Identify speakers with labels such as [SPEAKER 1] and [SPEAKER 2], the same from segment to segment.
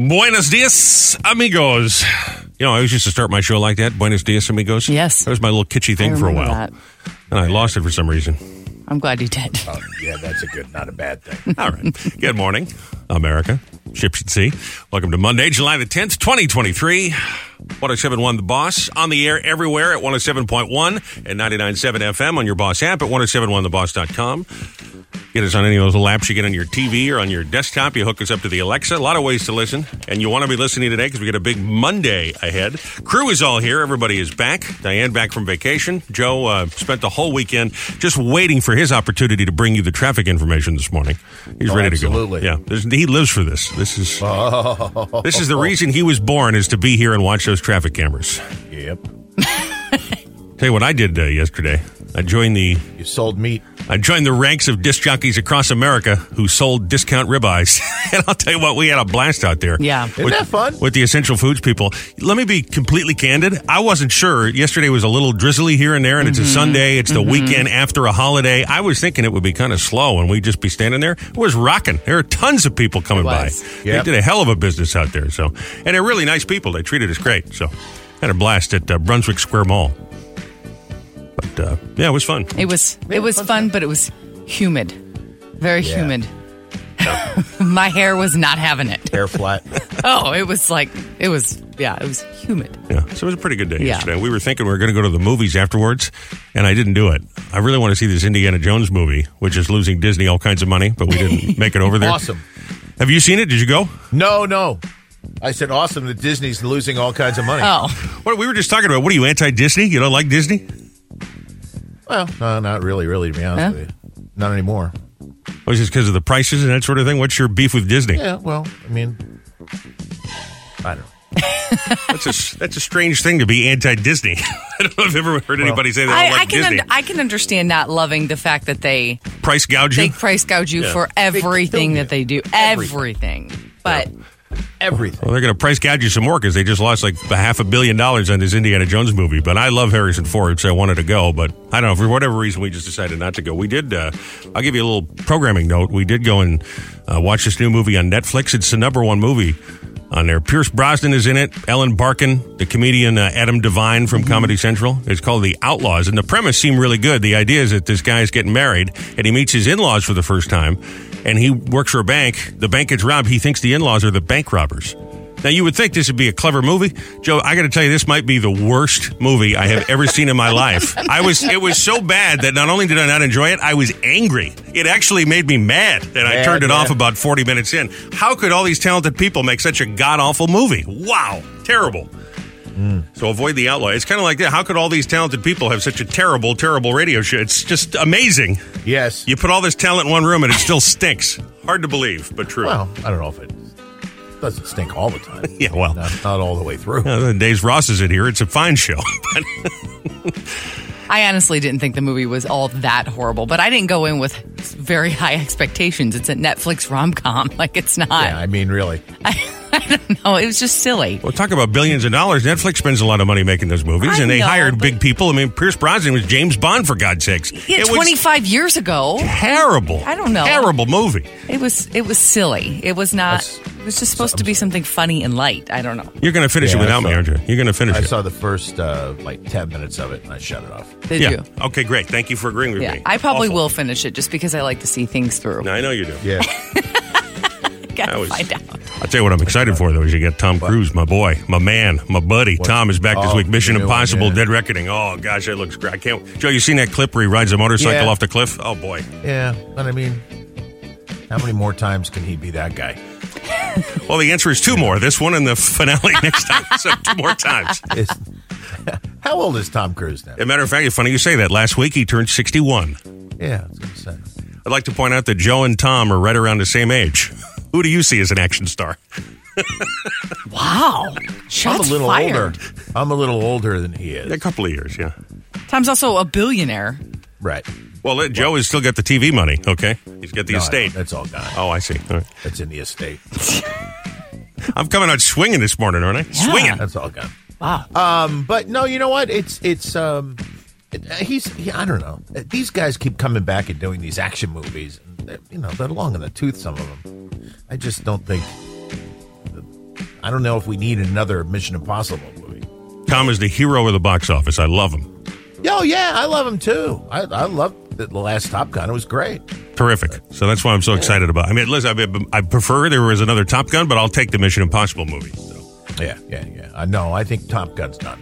[SPEAKER 1] Buenos dias, amigos. You know, I always used to start my show like that. Buenos dias, amigos.
[SPEAKER 2] Yes.
[SPEAKER 1] That was my little kitschy thing
[SPEAKER 2] I
[SPEAKER 1] for a
[SPEAKER 2] remember
[SPEAKER 1] while.
[SPEAKER 2] that.
[SPEAKER 1] And I lost it for some reason.
[SPEAKER 2] I'm glad you did.
[SPEAKER 3] Oh, yeah, that's a good, not a bad thing.
[SPEAKER 1] All right. Good morning, America. Ships at sea. Welcome to Monday, July the 10th, 2023. 1071 The Boss on the air everywhere at 107.1 and 99.7 FM on your Boss app at 1071theboss.com. Get us on any of those little apps you get on your TV or on your desktop. You hook us up to the Alexa. A lot of ways to listen. And you want to be listening today because we got a big Monday ahead. Crew is all here. Everybody is back. Diane back from vacation. Joe uh, spent the whole weekend just waiting for his opportunity to bring you the traffic information this morning. He's
[SPEAKER 3] Oh,
[SPEAKER 1] ready
[SPEAKER 3] absolutely. Oh.
[SPEAKER 1] to go. Yeah, There's, he lives for this. This is this is the reason he was born is to be here and watch those traffic cameras.
[SPEAKER 3] Yep.
[SPEAKER 1] Tell you what I did uh, yesterday. I joined the
[SPEAKER 3] You sold meat.
[SPEAKER 1] I joined Uh, the ranks of disc jockeys across America who sold discount ribeyes. and I'll tell you what, we had a blast out there.
[SPEAKER 2] Yeah.
[SPEAKER 3] Isn't that fun?
[SPEAKER 1] With the essential foods people. Let me be completely candid. I wasn't sure. Yesterday was a little drizzly here and there, and
[SPEAKER 2] Mm-hmm.
[SPEAKER 1] it's a Sunday. It's the weekend after a holiday. I was thinking it would be kind of slow and we'd just be standing there. It was rocking. There are tons of people coming by.
[SPEAKER 2] was.
[SPEAKER 3] Yep.
[SPEAKER 1] They did a hell of a business out there. So, And they're really nice people. They treated us great. So had a blast at uh, Brunswick Square Mall. But uh, yeah, it was fun.
[SPEAKER 2] It was it was fun, but it was humid, very
[SPEAKER 3] Yeah.
[SPEAKER 2] humid. My hair was not having it.
[SPEAKER 3] Hair flat.
[SPEAKER 2] Oh, it was like it was yeah, it was humid.
[SPEAKER 1] Yeah, so it was a pretty good day
[SPEAKER 2] Yeah.
[SPEAKER 1] yesterday. We were thinking we were going to go to the movies afterwards, and I didn't do it. I really want to see this Indiana Jones movie, which is losing Disney all kinds of money, but we didn't make it over there.
[SPEAKER 3] awesome.
[SPEAKER 1] Have you seen it? Did you go?
[SPEAKER 3] No, no. I said awesome that Disney's losing all kinds of money.
[SPEAKER 2] Oh,
[SPEAKER 1] What we were just talking about? What are you anti-Disney? You don't like Disney?
[SPEAKER 3] Well, no, not really, really, to be honest
[SPEAKER 2] Huh?
[SPEAKER 3] with you. Not anymore.
[SPEAKER 1] Oh, is it because of the prices and that sort of thing? What's your beef with Disney?
[SPEAKER 3] Yeah, well, I mean, I don't know.
[SPEAKER 1] That's a that's a strange thing to be anti-Disney. I don't know if I've ever heard anybody say they don't
[SPEAKER 2] I,
[SPEAKER 1] like
[SPEAKER 2] I can
[SPEAKER 1] Disney.
[SPEAKER 2] und- I can understand not loving the fact that they
[SPEAKER 1] Price gouging.
[SPEAKER 2] they price gouge you
[SPEAKER 1] Yeah.
[SPEAKER 2] for everything that they do,
[SPEAKER 3] Everything.
[SPEAKER 2] everything. But
[SPEAKER 3] Everything.
[SPEAKER 1] Well, they're going to price gouge you some more because they just lost like a half a billion dollars on this Indiana Jones movie. But I love Harrison Ford, so I wanted to go. But I don't know for whatever reason we just decided not to go. We did. Uh, I'll give you a little programming note. We did go and uh, watch this new movie on Netflix. It's the number one movie on there. Pierce Brosnan is in it. Ellen Barkin, the comedian uh, Adam Devine from Comedy Central. It's called The Outlaws, and the premise seemed really good. The idea is that this guy is getting married and he meets his in-laws for the first time. And he works for a bank. The bank gets robbed. He thinks the in-laws are the bank robbers. Now, you would think this would be a clever movie. Joe, I got to tell you, this might be the worst movie I have ever seen in my life. I was, it was so bad that not only did I not enjoy it, I was angry. It actually made me mad that I
[SPEAKER 3] Mad,
[SPEAKER 1] turned it
[SPEAKER 3] yeah.
[SPEAKER 1] off about 40 minutes in. How could all these talented people make such a god awful movie? Wow, terrible. So avoid the outlaw. It's kind of like that. How could all these talented people have such a terrible, terrible radio show? It's just amazing.
[SPEAKER 3] Yes.
[SPEAKER 1] You put all this talent in one room and it still stinks. Hard to believe, but true.
[SPEAKER 3] Well, I don't know if it doesn't stink all the time.
[SPEAKER 1] Yeah, well.
[SPEAKER 3] Not, not all the way through.
[SPEAKER 1] Uh, the days Ross is in here, it's a fine show.
[SPEAKER 2] I honestly didn't think the movie was all that horrible. But I didn't go in with very high expectations. It's a Netflix rom com, like it's not.
[SPEAKER 3] Yeah, I mean, really.
[SPEAKER 2] No, it was just silly.
[SPEAKER 1] Well, talk about billions of dollars. Netflix spends a lot of money making those movies,
[SPEAKER 2] I
[SPEAKER 1] and they
[SPEAKER 2] know,
[SPEAKER 1] hired
[SPEAKER 2] but-
[SPEAKER 1] big people. I mean, Pierce Brosnan was James Bond for God's sakes.
[SPEAKER 2] Yeah,
[SPEAKER 1] it
[SPEAKER 2] twenty
[SPEAKER 1] was
[SPEAKER 2] five years ago.
[SPEAKER 1] terrible.
[SPEAKER 2] I don't know.
[SPEAKER 1] Terrible movie.
[SPEAKER 2] It was it was silly. It was not.
[SPEAKER 3] That's-
[SPEAKER 2] it was just supposed to be something funny and light. I don't know.
[SPEAKER 1] You're going to finish
[SPEAKER 3] Yeah,
[SPEAKER 1] it without
[SPEAKER 3] I
[SPEAKER 1] me,
[SPEAKER 3] saw-
[SPEAKER 1] aren't you? You're going to finish
[SPEAKER 3] I
[SPEAKER 1] it.
[SPEAKER 3] saw the first, uh, like, 10 minutes of it and I shut it off.
[SPEAKER 2] Did
[SPEAKER 1] yeah.
[SPEAKER 2] you?
[SPEAKER 1] Okay, great. Thank you for agreeing with
[SPEAKER 2] Yeah,
[SPEAKER 1] me.
[SPEAKER 2] I probably
[SPEAKER 1] Awful.
[SPEAKER 2] will finish it just because I like to see things through.
[SPEAKER 1] No, I know you do.
[SPEAKER 3] Yeah.
[SPEAKER 1] I
[SPEAKER 2] Gotta
[SPEAKER 1] was-
[SPEAKER 2] find out.
[SPEAKER 1] I'll tell you what I'm excited for, though, is you got Tom Cruise, my boy, my man, my buddy. Tom is back this
[SPEAKER 3] Oh,
[SPEAKER 1] week. Mission
[SPEAKER 3] the new one,
[SPEAKER 1] Impossible,
[SPEAKER 3] yeah.
[SPEAKER 1] Dead Reckoning. Oh, gosh, that looks great. I can't. Joe, you seen that clip where he rides a motorcycle
[SPEAKER 3] Yeah.
[SPEAKER 1] off the cliff? Oh, boy.
[SPEAKER 3] yeah. But I mean, how many more times can he be that guy?
[SPEAKER 1] Well, the answer is two more. This one and the finale next time. So, two more times.
[SPEAKER 3] Is- how old is Tom Cruise now?
[SPEAKER 1] As a matter of fact, it's funny you say that. Last week he turned 61.
[SPEAKER 3] Yeah, I was gonna say.
[SPEAKER 1] I'd like to point out that Joe and Tom are right around the same age. Who do you see as an action star?
[SPEAKER 2] Wow, shots
[SPEAKER 3] I'm a little
[SPEAKER 2] fired.
[SPEAKER 3] older. I'm a little older than he
[SPEAKER 1] A
[SPEAKER 3] is.
[SPEAKER 1] couple of years, yeah.
[SPEAKER 2] Tom's also a billionaire.
[SPEAKER 3] Right.
[SPEAKER 1] Well, uh, Joe has still got the TV money, okay? He's got the
[SPEAKER 3] No,
[SPEAKER 1] estate.
[SPEAKER 3] That's all gone.
[SPEAKER 1] Oh, I see. All right.
[SPEAKER 3] That's in the estate.
[SPEAKER 1] I'm coming out swinging this morning, aren't I?
[SPEAKER 2] Yeah.
[SPEAKER 1] Swinging.
[SPEAKER 3] That's all gone.
[SPEAKER 2] Wow.
[SPEAKER 3] Um, but no, you know what? It's it's um, it, uh, he's he, I don't know. Uh, These guys keep coming back and doing these action movies. And they're, you know, they're long in the tooth. Some of them. I just don't think. I don't know if we need another Mission Impossible movie.
[SPEAKER 1] Tom is the hero of the box office. I love him.
[SPEAKER 3] Yo, Oh, yeah, I love him too. I, I loved the the last Top Gun. It was great.
[SPEAKER 1] Terrific. So that's why I'm so excited about. It. I mean, listen, I, mean, I prefer there was another Top Gun, but I'll take the Mission Impossible movie. So.
[SPEAKER 3] Yeah, yeah, yeah. I know. I think Top Gun's done.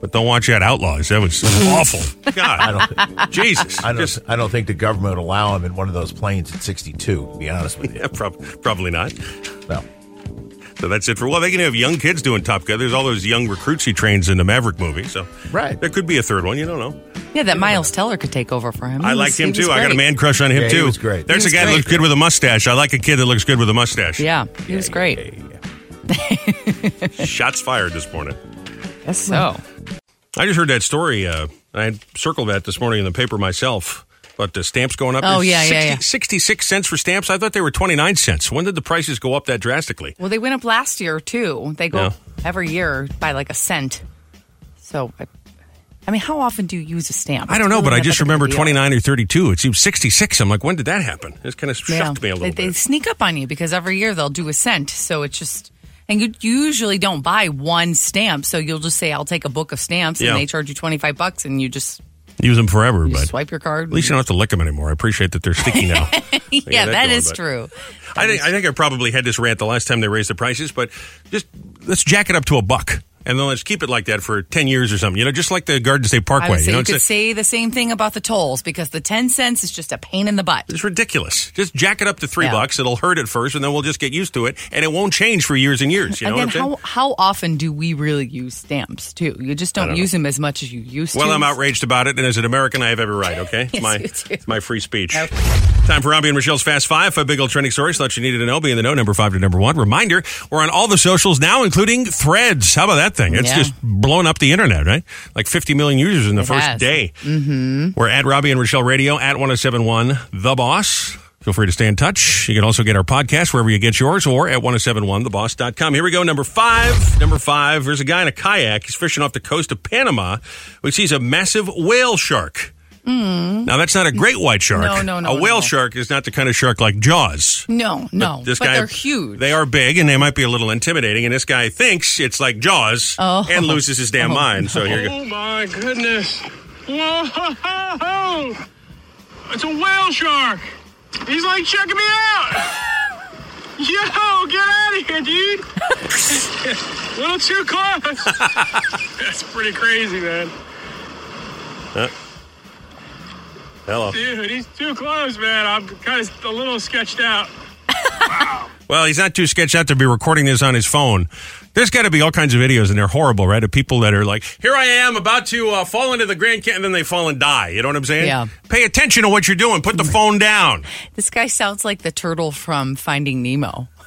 [SPEAKER 1] But don't watch that Outlaws. That was awful.
[SPEAKER 3] I
[SPEAKER 1] God,
[SPEAKER 3] don't. Think,
[SPEAKER 1] Jesus.
[SPEAKER 3] I don't.
[SPEAKER 1] Just-
[SPEAKER 3] I don't think the government would allow him in one of those planes at 62. To be honest with you,
[SPEAKER 1] yeah, prob- probably not.
[SPEAKER 3] no.
[SPEAKER 1] So that's it for. Well, they can have young kids doing Top Gun. There's all those young recruits he trains in the Maverick movie. So
[SPEAKER 3] Right.
[SPEAKER 1] there could be a third one. You don't know.
[SPEAKER 2] Yeah, that Miles Teller could take over for him.
[SPEAKER 1] I
[SPEAKER 2] He was-
[SPEAKER 1] liked him
[SPEAKER 2] he was
[SPEAKER 1] too. I got a
[SPEAKER 2] great.
[SPEAKER 1] man crush on him
[SPEAKER 3] Yeah, he
[SPEAKER 1] too.
[SPEAKER 3] was great.
[SPEAKER 1] There's
[SPEAKER 2] He
[SPEAKER 1] a guy
[SPEAKER 2] was
[SPEAKER 1] that looks
[SPEAKER 2] great.
[SPEAKER 1] good with a mustache. I like a kid that looks good with a mustache.
[SPEAKER 2] Yeah, he was great.
[SPEAKER 3] Yeah, yeah, yeah.
[SPEAKER 1] Shots fired this morning.
[SPEAKER 2] Yes, so.
[SPEAKER 1] I just heard that story. Uh, I had circled that this morning in the paper myself. But the stamps going up.
[SPEAKER 2] Oh,
[SPEAKER 1] There's
[SPEAKER 2] yeah, yeah, yeah.
[SPEAKER 1] 66 cents for stamps. I thought they were 29 cents. When did the prices go up that drastically?
[SPEAKER 2] Well, they went up last year too. They go
[SPEAKER 1] Yeah.
[SPEAKER 2] up every year by like a cent. So, I, I mean, how often do you use a stamp?
[SPEAKER 1] I don't know,
[SPEAKER 2] It's
[SPEAKER 1] but
[SPEAKER 2] really
[SPEAKER 1] I
[SPEAKER 2] not
[SPEAKER 1] just
[SPEAKER 2] that big of a
[SPEAKER 1] remember
[SPEAKER 2] deal.
[SPEAKER 1] 29 or 32. It seems 66. I'm like, when did that happen? It kind of
[SPEAKER 2] Yeah.
[SPEAKER 1] shocked me a little
[SPEAKER 2] they, They
[SPEAKER 1] bit.
[SPEAKER 2] sneak up on you because every year they'll do a cent. So it's just, and you usually don't buy one stamp. So you'll just say, I'll take a book of stamps
[SPEAKER 1] Yeah.
[SPEAKER 2] and they charge you 25 bucks and you just
[SPEAKER 1] Use them forever,
[SPEAKER 2] you
[SPEAKER 1] but
[SPEAKER 2] swipe your card.
[SPEAKER 1] at least you don't have to lick them anymore. I appreciate that they're sticky now.
[SPEAKER 2] yeah, that
[SPEAKER 1] going,
[SPEAKER 2] is
[SPEAKER 1] but-
[SPEAKER 2] true.
[SPEAKER 1] I think I think I probably had this rant the last time they raised the prices, but just let's jack it up to a buck, and then let's keep it like that for ten years or something. You know, just like the Garden State
[SPEAKER 2] I
[SPEAKER 1] Parkway.
[SPEAKER 2] would say
[SPEAKER 1] you know,
[SPEAKER 2] you
[SPEAKER 1] it's,
[SPEAKER 2] could
[SPEAKER 1] a-
[SPEAKER 2] say the same thing about the tolls because the 10 cents is just a pain in the butt.
[SPEAKER 1] it's ridiculous. Just jack it up to three
[SPEAKER 2] Yeah.
[SPEAKER 1] bucks. It'll hurt at first, and then we'll just get used to it, and it won't change for years and years. You know
[SPEAKER 2] Again,
[SPEAKER 1] what I'm saying?
[SPEAKER 2] how, how often do we really use stamps too? You just don't,
[SPEAKER 1] don't
[SPEAKER 2] use them as much as you used
[SPEAKER 1] well,
[SPEAKER 2] to.
[SPEAKER 1] I'm outraged about it, and as an American, I have every right. Okay, It's
[SPEAKER 2] Yes,
[SPEAKER 1] my
[SPEAKER 2] you do.
[SPEAKER 1] it's my free speech.
[SPEAKER 2] Okay.
[SPEAKER 1] Time for Robbie and Michelle's Fast Five. Five big old trending stories. Thought you needed to know. Be in the know. Number five to number one. Reminder: We're on all the socials now, including Threads. How about that thing? It's
[SPEAKER 2] Yeah.
[SPEAKER 1] just blowing up the internet, right? Like 50 million users in the first
[SPEAKER 2] has.
[SPEAKER 1] day. Mm-hmm. We're at Robbie and Michelle Radio at 1071 The Boss. Feel free to stay in touch. You can also get our podcast wherever you get yours or at 1071theboss.com. Here we go. Number five. Number five. There's a guy in a kayak. He's fishing off the coast of Panama, which sees a massive whale shark. Now, that's not a great white shark.
[SPEAKER 2] Mm. No, no, no,
[SPEAKER 1] A whale
[SPEAKER 2] no.
[SPEAKER 1] shark is not the kind of shark like Jaws.
[SPEAKER 2] no, no,
[SPEAKER 1] This
[SPEAKER 2] but
[SPEAKER 1] guy,
[SPEAKER 2] they're huge.
[SPEAKER 1] They are big, and they might be a little intimidating. And this guy thinks it's like Jaws,
[SPEAKER 2] Oh.
[SPEAKER 1] and loses his damn
[SPEAKER 2] Oh,
[SPEAKER 1] mind. So here you go.
[SPEAKER 4] Oh my goodness. Whoa! It's a whale shark. He's like checking me out. Yo, get out of here, dude. A little too close. That's pretty crazy, man.
[SPEAKER 1] Uh, Hello.
[SPEAKER 4] Dude, he's too close, man. I'm kind of a little sketched out.
[SPEAKER 1] Well, he's not too sketched out to be recording this on his phone. There's got to be all kinds of videos, and they're horrible, right? Of people that are like, "Here I am, about to uh, fall into the Grand Canyon," and then they fall and die. You know what I'm saying?
[SPEAKER 2] Yeah.
[SPEAKER 1] Pay attention to what you're doing. Put the phone down.
[SPEAKER 2] This guy sounds like the turtle from Finding Nemo.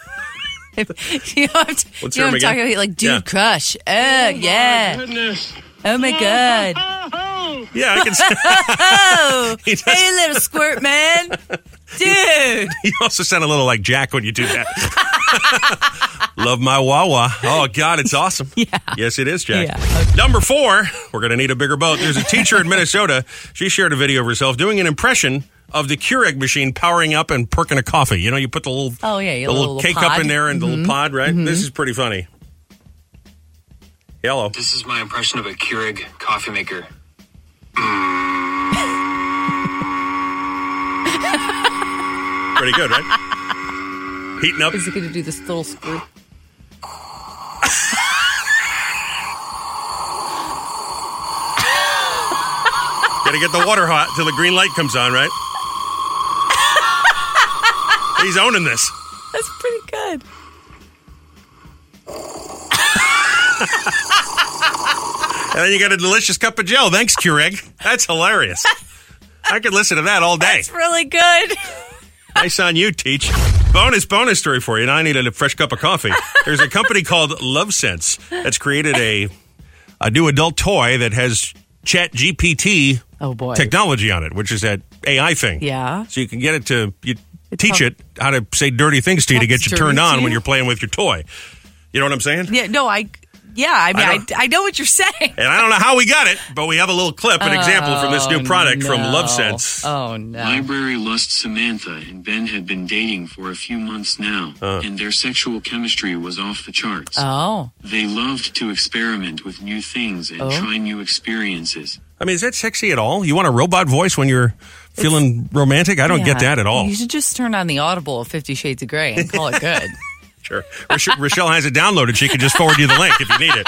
[SPEAKER 2] If- you know what I'm,
[SPEAKER 1] What's
[SPEAKER 2] you
[SPEAKER 1] her
[SPEAKER 2] know what I'm
[SPEAKER 1] name
[SPEAKER 2] talking
[SPEAKER 1] again?
[SPEAKER 2] about? Like, dude,
[SPEAKER 1] Yeah.
[SPEAKER 2] crush. Oh, yeah.
[SPEAKER 4] Goodness.
[SPEAKER 2] Oh, my God.
[SPEAKER 4] Oh,
[SPEAKER 1] Yeah, I can. See.
[SPEAKER 2] Oh,
[SPEAKER 1] He does-
[SPEAKER 2] hey, little squirt man. Dude.
[SPEAKER 1] you also sound a little like Jack when you do that. Love my Wawa. Oh, God, it's awesome. Yeah. Yes, it is, Jack.
[SPEAKER 2] Yeah.
[SPEAKER 1] Number four, we're going to need a bigger boat. There's a teacher in Minnesota. She shared a video of herself doing an impression of the Keurig machine powering up and perking a coffee. You know, you put the little,
[SPEAKER 2] Oh, yeah, your
[SPEAKER 1] the little,
[SPEAKER 2] little
[SPEAKER 1] cake up
[SPEAKER 2] pod. Mm-hmm.
[SPEAKER 1] in there and the little pod, right? This is pretty funny. Hello.
[SPEAKER 5] This is my impression of a Keurig coffee maker.
[SPEAKER 1] Pretty good, right? Heating up.
[SPEAKER 2] Is he going to do this little squirt?
[SPEAKER 1] Gotta get the water hot till the green light comes on, right? He's owning this.
[SPEAKER 2] That's pretty good.
[SPEAKER 1] And then you got a delicious cup of Joe. Thanks, Keurig. That's hilarious. I could listen to that all day.
[SPEAKER 2] It's really good.
[SPEAKER 1] Nice on you, Teach. Bonus, bonus story for you. And I needed a fresh cup of coffee. There's a company called Love Sense that's created a a new adult toy that has Chat GPT
[SPEAKER 2] Oh, boy.
[SPEAKER 1] technology on it, which is that AI thing.
[SPEAKER 2] Yeah.
[SPEAKER 1] So you can get it to you
[SPEAKER 2] It's
[SPEAKER 1] teach
[SPEAKER 2] how-
[SPEAKER 1] it how to say dirty things to you to
[SPEAKER 2] Talks
[SPEAKER 1] get you
[SPEAKER 2] dirty
[SPEAKER 1] turned
[SPEAKER 2] to
[SPEAKER 1] on
[SPEAKER 2] you?
[SPEAKER 1] when you're playing with your toy. You know what I'm saying?
[SPEAKER 2] Yeah, no, I. yeah, I mean,
[SPEAKER 1] I
[SPEAKER 2] I,
[SPEAKER 1] don't-
[SPEAKER 2] I, know what you're saying.
[SPEAKER 1] And I don't know how we got it, but we have a little clip, an example from this new product from LoveSense.
[SPEAKER 2] Oh, no.
[SPEAKER 5] Library lust Samantha and Ben had been dating for a few months now, and their sexual chemistry was off the charts.
[SPEAKER 2] Oh.
[SPEAKER 5] They loved to experiment with new things and try new experiences.
[SPEAKER 1] I mean, is that sexy at all? You want a robot voice when you're feeling romantic? I don't get
[SPEAKER 2] Yeah.
[SPEAKER 1] that at all.
[SPEAKER 2] You should just turn on the Audible of Fifty Shades of Grey and call it good.
[SPEAKER 1] Sure. Rochelle, Rochelle has it downloaded. She can just forward you the link if you need it.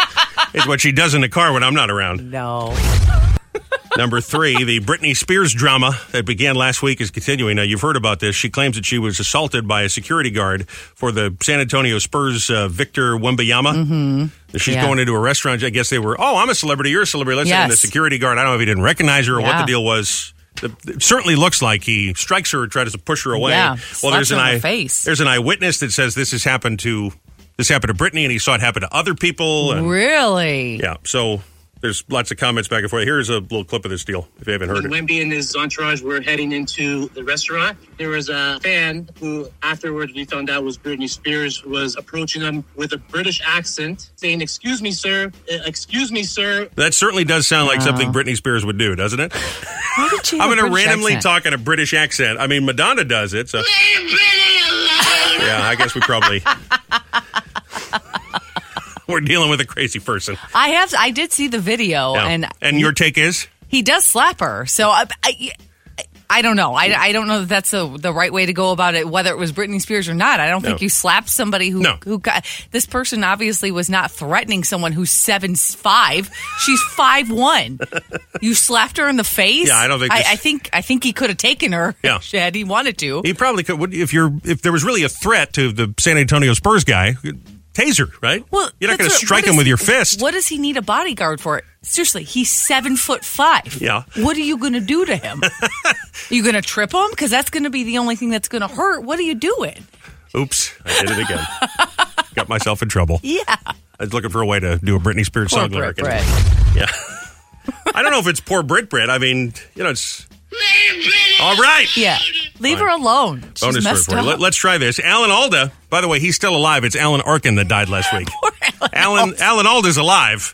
[SPEAKER 1] It's what she does in the car when I'm not around.
[SPEAKER 2] no.
[SPEAKER 1] Number three, the Britney Spears drama that began last week is continuing. Now, you've heard about this. She claims that she was assaulted by a security guard for the San Antonio Spurs, uh, Victor Wembayama. Mm-hmm. She's
[SPEAKER 2] Yeah.
[SPEAKER 1] going into a restaurant. I guess they were, oh, I'm a celebrity. You're a celebrity. Let's
[SPEAKER 2] Yes.
[SPEAKER 1] and the security guard, I don't know if he didn't recognize her or what
[SPEAKER 2] Yeah.
[SPEAKER 1] the deal was. It it certainly looks like he strikes her, tries to push her away.
[SPEAKER 2] Yeah,
[SPEAKER 1] well, there's
[SPEAKER 2] slaps her
[SPEAKER 1] an
[SPEAKER 2] in the
[SPEAKER 1] eye,
[SPEAKER 2] face.
[SPEAKER 1] there's an eyewitness that says this has happened to this happened to Brittany, and he saw it happen to other people. And
[SPEAKER 2] Really?
[SPEAKER 1] yeah, so there's lots of comments back and forth. Here's a little clip of this deal if you haven't heard it.
[SPEAKER 6] Wimby and his entourage were heading into the restaurant. There was a fan who, afterwards, we found out was Britney Spears, was approaching them with a British accent, saying, "Excuse me, sir. Uh, Excuse me, sir."
[SPEAKER 1] That certainly does sound like something Britney Spears would do, doesn't it?
[SPEAKER 2] Why did she
[SPEAKER 1] I'm
[SPEAKER 2] have
[SPEAKER 1] going
[SPEAKER 2] a
[SPEAKER 1] to
[SPEAKER 2] British
[SPEAKER 1] randomly
[SPEAKER 2] accent?
[SPEAKER 1] talk in a British accent. I mean, Madonna does it, so yeah, I guess we probably. We're dealing with a crazy person.
[SPEAKER 2] I have. I did see the video,
[SPEAKER 1] Yeah.
[SPEAKER 2] and
[SPEAKER 1] your take is?
[SPEAKER 2] he does slap her. So I, I, I don't know. I, I don't know that that's the the right way to go about it. Whether it was Britney Spears or not, I don't think
[SPEAKER 1] No.
[SPEAKER 2] you slap somebody who
[SPEAKER 1] No.
[SPEAKER 2] who got this person obviously was not threatening someone who's seven five. She's five one. You slapped her in the face.
[SPEAKER 1] Yeah, I don't think
[SPEAKER 2] I,
[SPEAKER 1] this-
[SPEAKER 2] I think I think he could have taken her.
[SPEAKER 1] Yeah.
[SPEAKER 2] had he wanted to.
[SPEAKER 1] He probably could. would- If you're, if there was really a threat to the San Antonio Spurs guy, taser, right?
[SPEAKER 2] Well,
[SPEAKER 1] you're not going
[SPEAKER 2] that's
[SPEAKER 1] to
[SPEAKER 2] what-
[SPEAKER 1] strike
[SPEAKER 2] what
[SPEAKER 1] him
[SPEAKER 2] is-
[SPEAKER 1] with your fist.
[SPEAKER 2] What does he need a bodyguard for? Seriously, he's seven foot five.
[SPEAKER 1] Yeah.
[SPEAKER 2] What are you going to do to him? you going to trip him? Because that's going to be the only thing that's going to hurt. What are you doing?
[SPEAKER 1] Oops, I did it again. Got myself in trouble.
[SPEAKER 2] Yeah.
[SPEAKER 1] I was looking for a way to do a Britney Spears
[SPEAKER 2] Poor
[SPEAKER 1] song
[SPEAKER 2] Brit
[SPEAKER 1] lyric. and-
[SPEAKER 2] Brit.
[SPEAKER 1] Yeah. I don't know if it's poor Brit Brit. I mean, you know, it's all right.
[SPEAKER 2] Yeah. Leave her alone. She's
[SPEAKER 1] Bonus
[SPEAKER 2] messed
[SPEAKER 1] report.
[SPEAKER 2] up.
[SPEAKER 1] Let, us try this. Alan Alda. By the way, he's still alive. It's Alan Arkin that died last week. Alan Alan Alda's alive.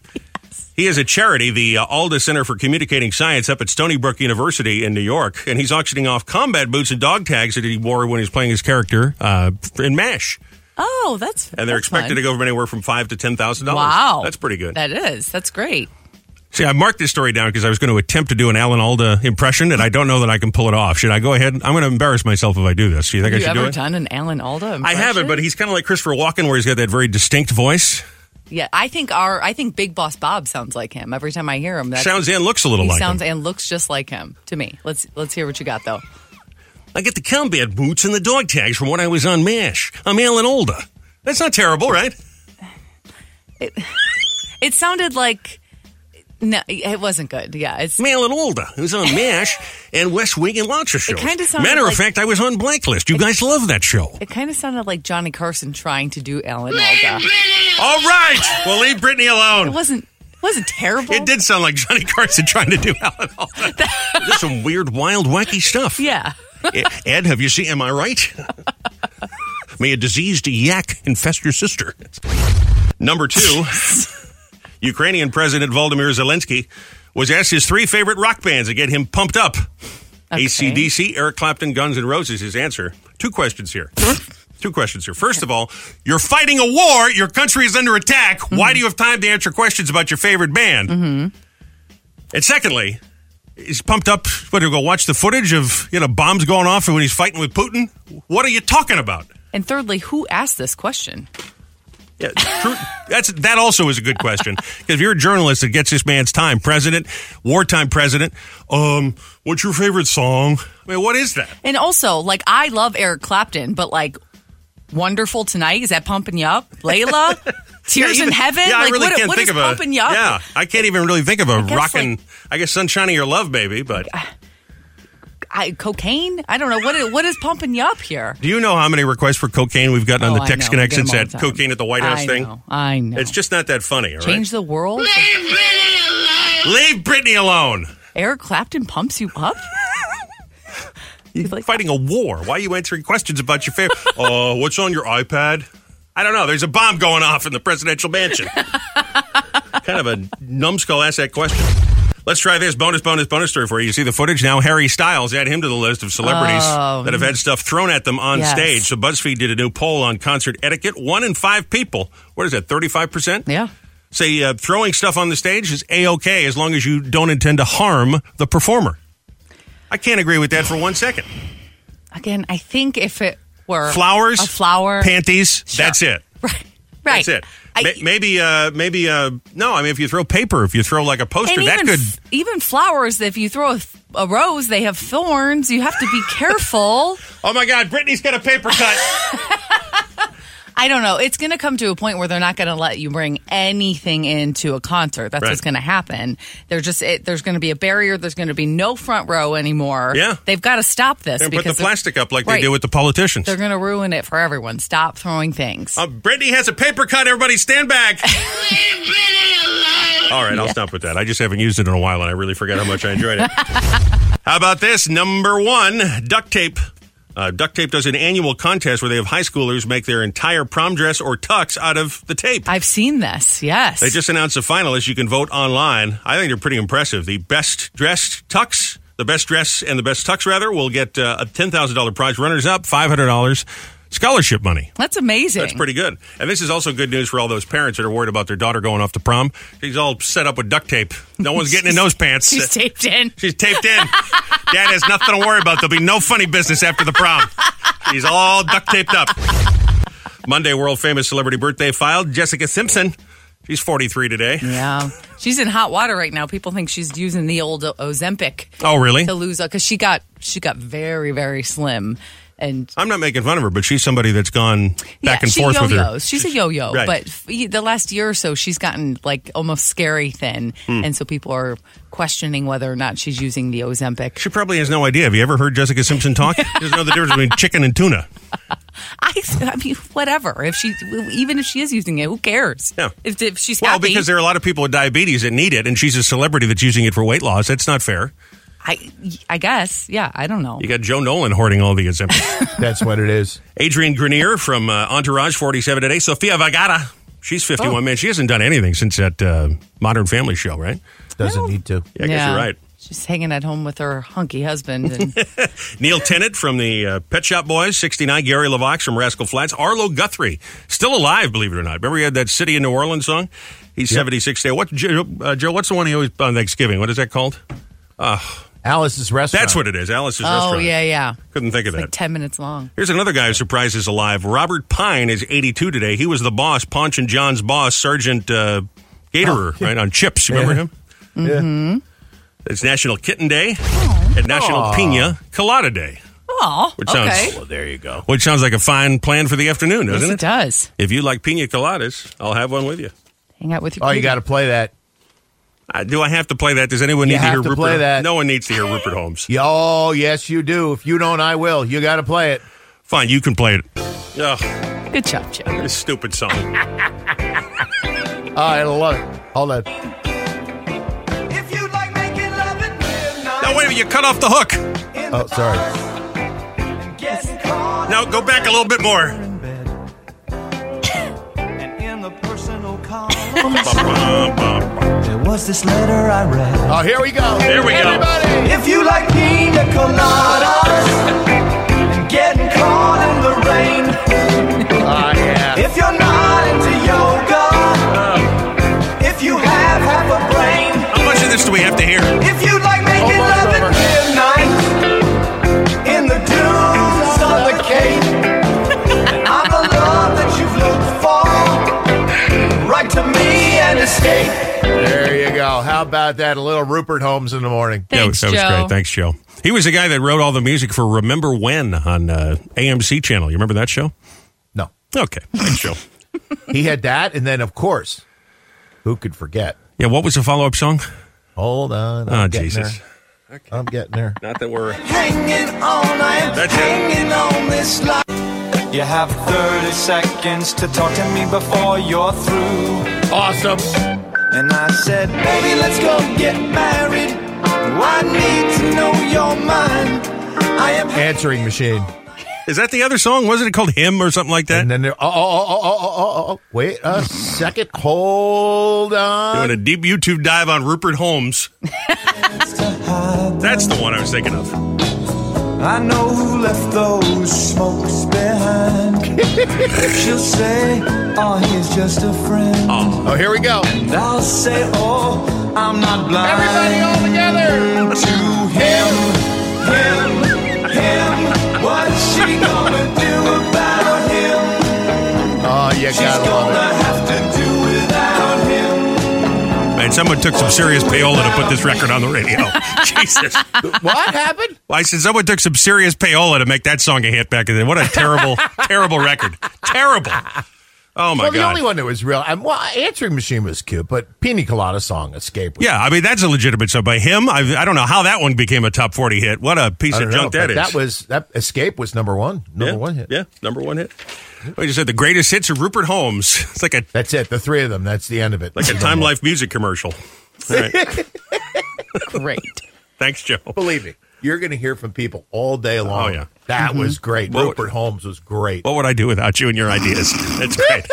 [SPEAKER 1] He is a charity, the uh, Alda Center for Communicating Science, up at Stony Brook University in New York, and he's auctioning off combat boots and dog tags that he wore when he was playing his character uh, in Mash.
[SPEAKER 2] oh, that's
[SPEAKER 1] And they're
[SPEAKER 2] that's
[SPEAKER 1] expected
[SPEAKER 2] fun.
[SPEAKER 1] to go from anywhere from five to ten thousand dollars.
[SPEAKER 2] Wow.
[SPEAKER 1] that's pretty good.
[SPEAKER 2] That is. That's great.
[SPEAKER 1] See, I marked this story down because I was going to attempt to do an Alan Alda impression, and I don't know that I can pull it off. Should I go ahead? I'm going to embarrass myself if I do this. Do you think
[SPEAKER 2] Have
[SPEAKER 1] I
[SPEAKER 2] you
[SPEAKER 1] should
[SPEAKER 2] ever
[SPEAKER 1] do it?
[SPEAKER 2] done an Alan Alda?
[SPEAKER 1] I haven't,
[SPEAKER 2] impression?
[SPEAKER 1] but he's kind of like Christopher Walken, where he's got that very distinct voice.
[SPEAKER 2] yeah, I think our I think Big Boss Bob sounds like him. Every time I hear him, that's,
[SPEAKER 1] sounds and looks a little
[SPEAKER 2] he
[SPEAKER 1] like
[SPEAKER 2] sounds
[SPEAKER 1] him.
[SPEAKER 2] and looks just like him to me. Let's let's hear what you got though.
[SPEAKER 1] I get the combat boots and the dog tags from when I was on MASH. I'm Alan Alda. That's not terrible, right?
[SPEAKER 2] It sounded like no, it wasn't good. Yeah, it's
[SPEAKER 1] I'm Alan Alda, who's on MASH and West Wing and lots of shows.
[SPEAKER 2] kinda sounded
[SPEAKER 1] Matter
[SPEAKER 2] like-
[SPEAKER 1] of fact, I was on Blacklist. You guys love that show.
[SPEAKER 2] it kind of sounded like Johnny Carson trying to do Alan Alda.
[SPEAKER 1] All right, well, leave Brittany alone.
[SPEAKER 2] It wasn't wasn't terrible.
[SPEAKER 1] It did sound like Johnny Carson trying to do Alan Alda. There's some weird, wild, wacky stuff.
[SPEAKER 2] Yeah.
[SPEAKER 1] Ed, have you seen? Am I right? May a diseased yak infest your sister. Number two, Ukrainian President Volodymyr Zelensky was asked his three favorite rock bands to get him pumped up. ACDC, Eric Clapton, Guns N' Roses, his answer. Two questions here. Two questions here. First of all, you're fighting a war. Your country is under attack. Why do you have time to answer questions about your favorite band? Mm-hmm. And secondly, he's pumped up. What to go watch the footage of you know bombs going off when he's fighting with Putin? What are you talking about?
[SPEAKER 2] And thirdly, who asked this question?
[SPEAKER 1] Yeah, true. That's that also is a good question because if you're a journalist that gets this man's time, president, wartime president, um, what's your favorite song? I mean, what is that?
[SPEAKER 2] And also, like I love Eric Clapton, but like Wonderful Tonight, is that pumping you up? Layla? Tears in
[SPEAKER 1] Even-
[SPEAKER 2] Heaven?
[SPEAKER 1] Yeah,
[SPEAKER 2] like
[SPEAKER 1] I really
[SPEAKER 2] what,
[SPEAKER 1] can't
[SPEAKER 2] what
[SPEAKER 1] think
[SPEAKER 2] is
[SPEAKER 1] of a,
[SPEAKER 2] pumping you up?
[SPEAKER 1] Yeah, I can't even really think of a
[SPEAKER 2] guess,
[SPEAKER 1] rockin'
[SPEAKER 2] like-
[SPEAKER 1] I guess "Sunshine of Your Love," baby. But
[SPEAKER 2] I, cocaine? I don't know. What is, what is pumping you up here?
[SPEAKER 1] do you know how many requests for cocaine we've gotten on
[SPEAKER 2] Oh,
[SPEAKER 1] the
[SPEAKER 2] I
[SPEAKER 1] text
[SPEAKER 2] know. We get
[SPEAKER 1] connections
[SPEAKER 2] them all
[SPEAKER 1] at
[SPEAKER 2] the time.
[SPEAKER 1] cocaine at the White House
[SPEAKER 2] I
[SPEAKER 1] thing?
[SPEAKER 2] know. I know.
[SPEAKER 1] It's just not that funny. all right?
[SPEAKER 2] Change the world?
[SPEAKER 1] Leave Britney alone.
[SPEAKER 2] Eric Clapton pumps you up? He's like,
[SPEAKER 1] fighting a war. Why are you answering questions about your favorite? uh, what's on your iPad? I don't know. There's a bomb going off in the presidential mansion. kind of a numbskull asked that question. Let's try this bonus, bonus, bonus story for you. You see the footage now. Harry Styles, add him to the list of celebrities that have had stuff thrown at them on
[SPEAKER 2] Oh. Yes.
[SPEAKER 1] stage. So BuzzFeed did a new poll on concert etiquette. One in five people, what is that, 35%?
[SPEAKER 2] Yeah.
[SPEAKER 1] Say uh, throwing stuff on the stage is A-OK as long as you don't intend to harm the performer. I can't agree with that for one second.
[SPEAKER 2] Again, I think if it were
[SPEAKER 1] Flowers,
[SPEAKER 2] a flower,
[SPEAKER 1] panties, that's it.
[SPEAKER 2] right, right.
[SPEAKER 1] That's it.
[SPEAKER 2] I-
[SPEAKER 1] Ma- maybe, uh, maybe, uh, no. I mean, if you throw paper, if you throw like a poster,
[SPEAKER 2] and
[SPEAKER 1] that
[SPEAKER 2] even,
[SPEAKER 1] could.
[SPEAKER 2] f- even flowers, if you throw a, th- a rose, they have thorns. You have to be careful.
[SPEAKER 1] Oh my God, Britney's got a paper cut.
[SPEAKER 2] I don't know. It's going to come to a point where they're not going to let you bring anything into a concert. That's
[SPEAKER 1] Right.
[SPEAKER 2] what's going to happen. They're just it, there's going to be a barrier. There's going to be no front row anymore.
[SPEAKER 1] Yeah.
[SPEAKER 2] they've got to stop this
[SPEAKER 1] and put the
[SPEAKER 2] because they're-
[SPEAKER 1] plastic up like
[SPEAKER 2] Right.
[SPEAKER 1] they do with the politicians.
[SPEAKER 2] They're going to ruin it for everyone. Stop throwing things.
[SPEAKER 1] Uh, Brittany has a paper cut. Everybody stand back. All right, I'll stop with that. I just haven't used it in a while, and I really forgot how much I enjoyed it. how about this? Number one, duct tape. Uh, duct tape does an annual contest where they have high schoolers make their entire prom dress or tux out of the tape.
[SPEAKER 2] I've seen this. Yes.
[SPEAKER 1] They just announced the finalists. You can vote online. I think they're pretty impressive. The best dressed tux, the best dress and the best tux, rather, will get uh, a $10,000 prize. Runners up, $500 scholarship money.
[SPEAKER 2] That's amazing.
[SPEAKER 1] That's pretty good. And this is also good news for all those parents that are worried about their daughter going off to prom. She's all set up with duct tape. No one's getting in those pants.
[SPEAKER 2] She's taped in.
[SPEAKER 1] She's taped in. Dad has nothing to worry about. There'll be no funny business after the prom. He's all duct taped up. Monday, world famous celebrity birthday filed. Jessica Simpson. She's 43 today.
[SPEAKER 2] Yeah. She's in hot water right now. People think she's using the old Ozempic
[SPEAKER 1] Oh, really?
[SPEAKER 2] to lose because she got she got very very slim and
[SPEAKER 1] I'm not making fun of her, but she's somebody that's gone back
[SPEAKER 2] yeah,
[SPEAKER 1] and
[SPEAKER 2] she
[SPEAKER 1] forth
[SPEAKER 2] yo-yos.
[SPEAKER 1] with her.
[SPEAKER 2] She's a yo-yo,
[SPEAKER 1] Right.
[SPEAKER 2] but f- the last year or so she's gotten like almost scary thin,
[SPEAKER 1] Hmm.
[SPEAKER 2] and so people are questioning whether or not she's using the Ozempic.
[SPEAKER 1] She probably has no idea. Have you ever heard Jessica Simpson talk? She doesn't know the difference between chicken and tuna.
[SPEAKER 2] I, I mean, whatever. If she even if she is using it, who cares?
[SPEAKER 1] Yeah.
[SPEAKER 2] If, if she's
[SPEAKER 1] Well,
[SPEAKER 2] happy,
[SPEAKER 1] because there are a lot of people with diabetes that need it, and she's a celebrity that's using it for weight loss. That's not fair.
[SPEAKER 2] I I guess yeah. I don't know.
[SPEAKER 1] You got Joe Nolan hoarding all the Ozempic.
[SPEAKER 3] That's what it is.
[SPEAKER 1] Adrian Grenier from uh, Entourage, 47 today. Sophia Vergara, she's
[SPEAKER 2] Oh.
[SPEAKER 1] 51. Man, she hasn't done anything since that uh, Modern Family show, right?
[SPEAKER 3] Doesn't need to.
[SPEAKER 1] Yeah, I guess you're right.
[SPEAKER 2] She's hanging at home with her hunky husband. And
[SPEAKER 1] Neil Tennant from the uh, Pet Shop Boys, 69. Gary Lavox from Rascal Flats. Arlo Guthrie, still alive, believe it or not. Remember he had that City in New Orleans song? He's 76 today. What, Joe, uh, Joe, what's the one he always on Thanksgiving? What is that called?
[SPEAKER 3] Alice's restaurant.
[SPEAKER 1] That's what it is. Alice's
[SPEAKER 2] oh
[SPEAKER 1] Restaurant.
[SPEAKER 2] yeah, yeah.
[SPEAKER 1] Couldn't think of that.
[SPEAKER 2] Like ten minutes long.
[SPEAKER 1] Here's another guy who surprises alive. Robert Pine is 82 today. He was the boss, Paunch and John's boss, Sergeant uh, Gaterer,
[SPEAKER 2] Oh,
[SPEAKER 1] right on Chips. You remember
[SPEAKER 3] Yeah.
[SPEAKER 1] him?
[SPEAKER 2] Mm-hmm.
[SPEAKER 3] Yeah.
[SPEAKER 1] It's National Kitten Day and National Pina Colada Day,
[SPEAKER 2] Oh,
[SPEAKER 1] which sounds
[SPEAKER 2] okay.
[SPEAKER 1] well, there you go. Which sounds like a fine plan for the afternoon,
[SPEAKER 2] Yes,
[SPEAKER 1] doesn't
[SPEAKER 2] it does.
[SPEAKER 1] If you like pina coladas, I'll have one with you.
[SPEAKER 2] Hang out with your.
[SPEAKER 3] Oh, you
[SPEAKER 2] kitty.
[SPEAKER 3] got to play that.
[SPEAKER 1] Uh, do I have to play that? Does anyone
[SPEAKER 3] You
[SPEAKER 1] need to
[SPEAKER 3] have
[SPEAKER 1] hear
[SPEAKER 3] to
[SPEAKER 1] Rupert?
[SPEAKER 3] play that.
[SPEAKER 1] No one needs to hear Rupert Holmes.
[SPEAKER 3] Yeah, Oh, yes, you do. If you don't, I will. You got to play it.
[SPEAKER 1] Fine, you can play it. Ugh,
[SPEAKER 2] Good job, Joe.
[SPEAKER 1] this stupid song.
[SPEAKER 3] Oh, I love it. Hold on.
[SPEAKER 7] If you'd like making love at midnight.
[SPEAKER 1] No, wait a minute, you cut off the hook.
[SPEAKER 7] in
[SPEAKER 3] Oh,
[SPEAKER 7] the
[SPEAKER 3] sorry.
[SPEAKER 7] bars, Getting caught
[SPEAKER 1] Now go back a little bit more.
[SPEAKER 7] in bed. and in the personal
[SPEAKER 1] Ba-ba-ba.
[SPEAKER 7] there was this letter I read.
[SPEAKER 3] Oh, here we go.
[SPEAKER 1] There we go.
[SPEAKER 3] Everybody.
[SPEAKER 7] If you like pina coladas and getting caught in the rain.
[SPEAKER 3] Oh, yeah.
[SPEAKER 7] If you're not into yoga. If you have half a brain.
[SPEAKER 1] How much of this do we have to hear?
[SPEAKER 7] If you'd like making
[SPEAKER 3] Almost
[SPEAKER 7] love
[SPEAKER 3] over.
[SPEAKER 7] at midnight in the dunes of the Cape, I'm the love that you've looked for. Write to me and escape.
[SPEAKER 3] There you go. How about that? A little Rupert Holmes in the morning.
[SPEAKER 1] That
[SPEAKER 2] Thanks,
[SPEAKER 1] was- that was,
[SPEAKER 2] Joe.
[SPEAKER 1] great. Thanks, Joe. He was the guy that wrote all the music for Remember When on uh, AMC Channel. You remember that show?
[SPEAKER 3] No.
[SPEAKER 1] Okay. Thanks, Joe.
[SPEAKER 3] He had that, and then, of course, who could forget?
[SPEAKER 1] Yeah, what was the follow up song?
[SPEAKER 3] Hold on.
[SPEAKER 1] Oh,
[SPEAKER 3] I'm getting
[SPEAKER 1] Jesus.
[SPEAKER 3] there. I'm getting there.
[SPEAKER 1] Not that we're.
[SPEAKER 7] Hanging all night,
[SPEAKER 1] That's it.
[SPEAKER 7] hanging on this line. You have 30 seconds to talk to me before you're through.
[SPEAKER 3] Awesome.
[SPEAKER 7] And I said, baby, let's go get married. I need to know your mind. I am
[SPEAKER 3] Answering machine.
[SPEAKER 1] Is that the other song? Wasn't it called Him or something like that?
[SPEAKER 3] And then they're, oh, oh, oh, oh, oh, oh, oh, wait a second. Hold on.
[SPEAKER 1] Doing a deep YouTube dive on Rupert Holmes. That's the one I was thinking of.
[SPEAKER 7] I know who left those smokes behind. She'll say, oh, he's just a friend.
[SPEAKER 3] Oh, here we go.
[SPEAKER 7] And I'll say, oh, I'm not blind.
[SPEAKER 3] Everybody all together.
[SPEAKER 7] to him, him, him. What's she gonna do about him?
[SPEAKER 3] Oh, you
[SPEAKER 7] She's
[SPEAKER 3] gotta
[SPEAKER 7] gonna
[SPEAKER 3] love
[SPEAKER 7] have to do without him.
[SPEAKER 1] And someone took some serious payola to put this record on the radio. Jesus.
[SPEAKER 3] it. What happened?
[SPEAKER 1] Well, I said someone took some serious payola to make that song a hit back then. What a terrible, terrible record. Terrible. Oh, my
[SPEAKER 3] well,
[SPEAKER 1] God.
[SPEAKER 3] the only one that was real. I'm, well, answering machine was cute, but Pina Colada song escape. was-
[SPEAKER 1] Yeah, I mean that's a legitimate song by him. I, I don't know how that one became a top forty hit. What a piece
[SPEAKER 3] I
[SPEAKER 1] of
[SPEAKER 3] don't know,
[SPEAKER 1] junk
[SPEAKER 3] but
[SPEAKER 1] that is.
[SPEAKER 3] That was that escape was number one. Number
[SPEAKER 1] yeah,
[SPEAKER 3] one hit.
[SPEAKER 1] Yeah, number one hit. We just said the greatest hits of Rupert Holmes. It's like a
[SPEAKER 3] That's it. The three of them. That's the end of it.
[SPEAKER 1] like a Time Life music commercial. All right.
[SPEAKER 2] Great.
[SPEAKER 1] Thanks, Joe.
[SPEAKER 3] Believe me, you're going to hear from people all day long.
[SPEAKER 1] Oh, yeah.
[SPEAKER 3] That was great.
[SPEAKER 1] Well-
[SPEAKER 3] Rupert Holmes was great.
[SPEAKER 1] What would I do without you and your ideas? That's great.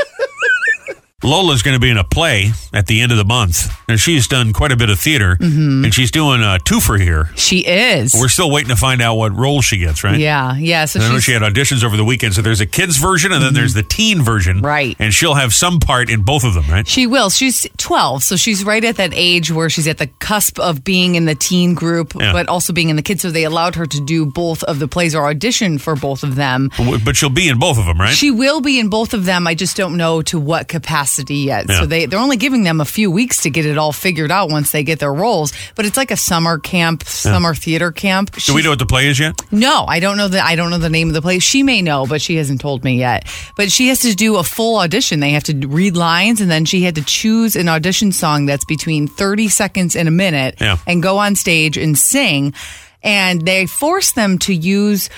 [SPEAKER 1] Lola's going to be in a play at the end of the month, and she's done quite a bit of theater,
[SPEAKER 2] Mm-hmm.
[SPEAKER 1] and she's doing a twofer here.
[SPEAKER 2] She is.
[SPEAKER 1] We're still waiting to find out what role she gets, right?
[SPEAKER 2] yeah, yeah. So
[SPEAKER 1] And I know
[SPEAKER 2] she's,
[SPEAKER 1] she
[SPEAKER 2] Mm-hmm.
[SPEAKER 1] had auditions over the weekend. So there's a kids version and then there's the teen version.
[SPEAKER 2] Right.
[SPEAKER 1] And she'll have some part in both of them, right?
[SPEAKER 2] She will. She's 12, so she's right at that age where she's at the cusp of being in the teen group,
[SPEAKER 1] Yeah.
[SPEAKER 2] but also being in the kids. So they allowed her to do both of the plays or audition for both of them.
[SPEAKER 1] W- But she'll be in both of them, right?
[SPEAKER 2] She will be in both of them. I just don't know to what capacity yet.
[SPEAKER 1] Yeah.
[SPEAKER 2] So they they're only giving them a few weeks to get it all figured out once they get their roles. But it's like a summer camp, summer theater camp.
[SPEAKER 1] do we know what the play is yet?
[SPEAKER 2] No, I don't know the I don't know the name of the play. She may know, but she hasn't told me yet. But she has to do a full audition. They have to read lines, and then she had to choose an audition song that's between thirty seconds and a minute,
[SPEAKER 1] Yeah.
[SPEAKER 2] and go on stage and sing. And they force them to use.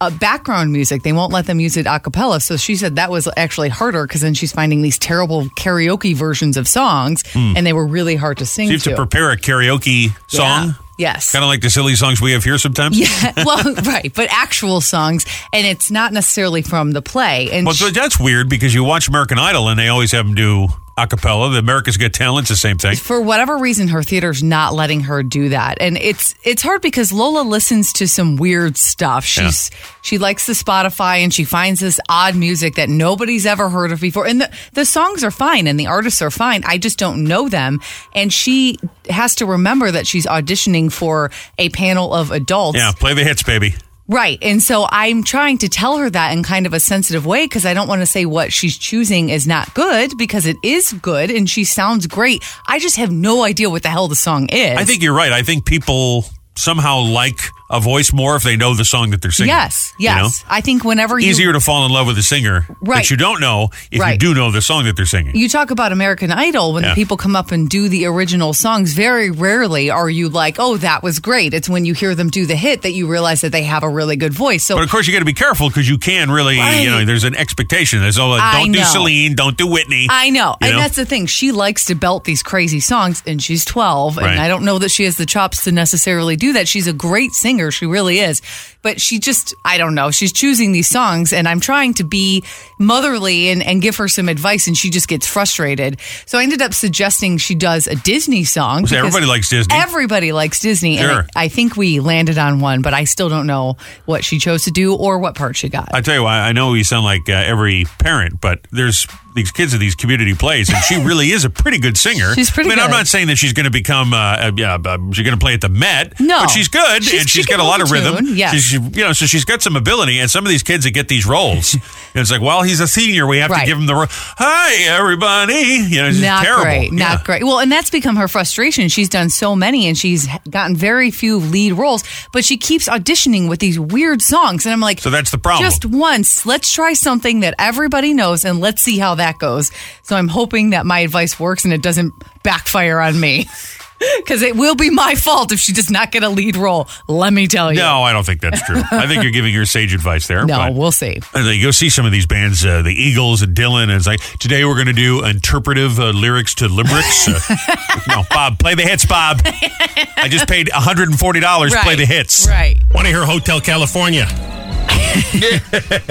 [SPEAKER 2] Uh, background music. They won't let them use it a cappella. So she said that was actually harder because then she's finding these terrible karaoke versions of songs and they were really hard to sing
[SPEAKER 1] Hmm. So you have to prepare a karaoke song?
[SPEAKER 2] Yeah. Yes.
[SPEAKER 1] Kind of like the silly songs we have here sometimes?
[SPEAKER 2] well, right, but actual songs, and it's not necessarily from the play. And
[SPEAKER 1] Well,
[SPEAKER 2] she-
[SPEAKER 1] so that's weird because you watch American Idol and they always have them do a cappella. The America's Got Talent's the same thing.
[SPEAKER 2] for whatever reason, her theater's not letting her do that, and it's it's hard because Lola listens to some weird stuff. She's she likes the Spotify, and she finds this odd music that nobody's ever heard of before. And the the songs are fine, and the artists are fine. I just don't know them, and she has to remember that she's auditioning for a panel of adults.
[SPEAKER 1] Yeah, play the hits, baby.
[SPEAKER 2] Right. And so I'm trying to tell her that in kind of a sensitive way because I don't want to say what she's choosing is not good because it is good and she sounds great. I just have no idea what the hell the song is.
[SPEAKER 1] I think you're right. I think people somehow like a voice more if they know the song that they're singing.
[SPEAKER 2] Yes.
[SPEAKER 1] you know?
[SPEAKER 2] Yes. I think whenever you.
[SPEAKER 1] Easier to fall in love with a singer
[SPEAKER 2] Right.
[SPEAKER 1] that you don't know if you
[SPEAKER 2] Right.
[SPEAKER 1] do know the song that they're singing.
[SPEAKER 2] You talk about American Idol when
[SPEAKER 1] Yeah.
[SPEAKER 2] the people come up and do the original songs. Very rarely are you like, "Oh, that was great." It's when you hear them do the hit that you realize that they have a really good voice. So
[SPEAKER 1] But of course, you got to be careful because you can really, you know,
[SPEAKER 2] Right.
[SPEAKER 1] there's an expectation. There's all like,
[SPEAKER 2] I
[SPEAKER 1] don't do
[SPEAKER 2] know.
[SPEAKER 1] Celine, don't do Whitney.
[SPEAKER 2] I know.
[SPEAKER 1] You
[SPEAKER 2] And that's the thing. She likes to belt these crazy songs, and she's 12.
[SPEAKER 1] Right.
[SPEAKER 2] And I don't know that she has the chops to necessarily do that. She's a great singer. She really is. But she just, I don't know. She's choosing these songs, and I'm trying to be motherly and, and give her some advice, and she just gets frustrated. So I ended up suggesting she does a Disney song.
[SPEAKER 1] So
[SPEAKER 2] because
[SPEAKER 1] everybody likes Disney.
[SPEAKER 2] Everybody likes Disney.
[SPEAKER 1] Sure.
[SPEAKER 2] And I, I think we landed on one, but I still don't know what she chose to do or what part she got.
[SPEAKER 1] I tell you what, I know you sound like uh, every parent, but there's these kids at these community plays, and she really is a pretty good singer.
[SPEAKER 2] She's pretty
[SPEAKER 1] I mean, I'm
[SPEAKER 2] good.
[SPEAKER 1] not saying that she's going to become, uh, uh, yeah, uh, she's going to play at the Met.
[SPEAKER 2] No.
[SPEAKER 1] but she's good,
[SPEAKER 2] She's-
[SPEAKER 1] and
[SPEAKER 2] she
[SPEAKER 1] she's
[SPEAKER 2] can
[SPEAKER 1] got a lot of
[SPEAKER 2] hold a
[SPEAKER 1] rhythm.
[SPEAKER 2] tune, yes.
[SPEAKER 1] She's- she- you know, so she's got some ability. And some of these kids that get these roles, and it's like, well, he's a senior, we have to
[SPEAKER 2] Right.
[SPEAKER 1] give him the role. Hi, everybody. You know, it's just
[SPEAKER 2] not
[SPEAKER 1] terrible.
[SPEAKER 2] great,
[SPEAKER 1] Yeah.
[SPEAKER 2] not great. Well, and that's become her frustration. She's done so many, and she's gotten very few lead roles, but she keeps auditioning with these weird songs, and I'm like,
[SPEAKER 1] So that's the problem.
[SPEAKER 2] Just once, let's try something that everybody knows, and let's see how that goes. So I'm hoping that my advice works and it doesn't backfire on me, because it will be my fault if she does not get a lead role. Let me tell you.
[SPEAKER 1] No, I don't think that's true. I think you're giving your sage advice there.
[SPEAKER 2] No,
[SPEAKER 1] but-
[SPEAKER 2] we'll see.
[SPEAKER 1] And like, you'll see some of these bands, uh, the Eagles and Dylan, and it's like, today we're going to do interpretive uh, lyrics to limericks. Uh, no, Bob, play the hits, Bob. I just paid $140 to play
[SPEAKER 2] Right,
[SPEAKER 1] the hits.
[SPEAKER 2] right.
[SPEAKER 1] Want to hear Hotel California?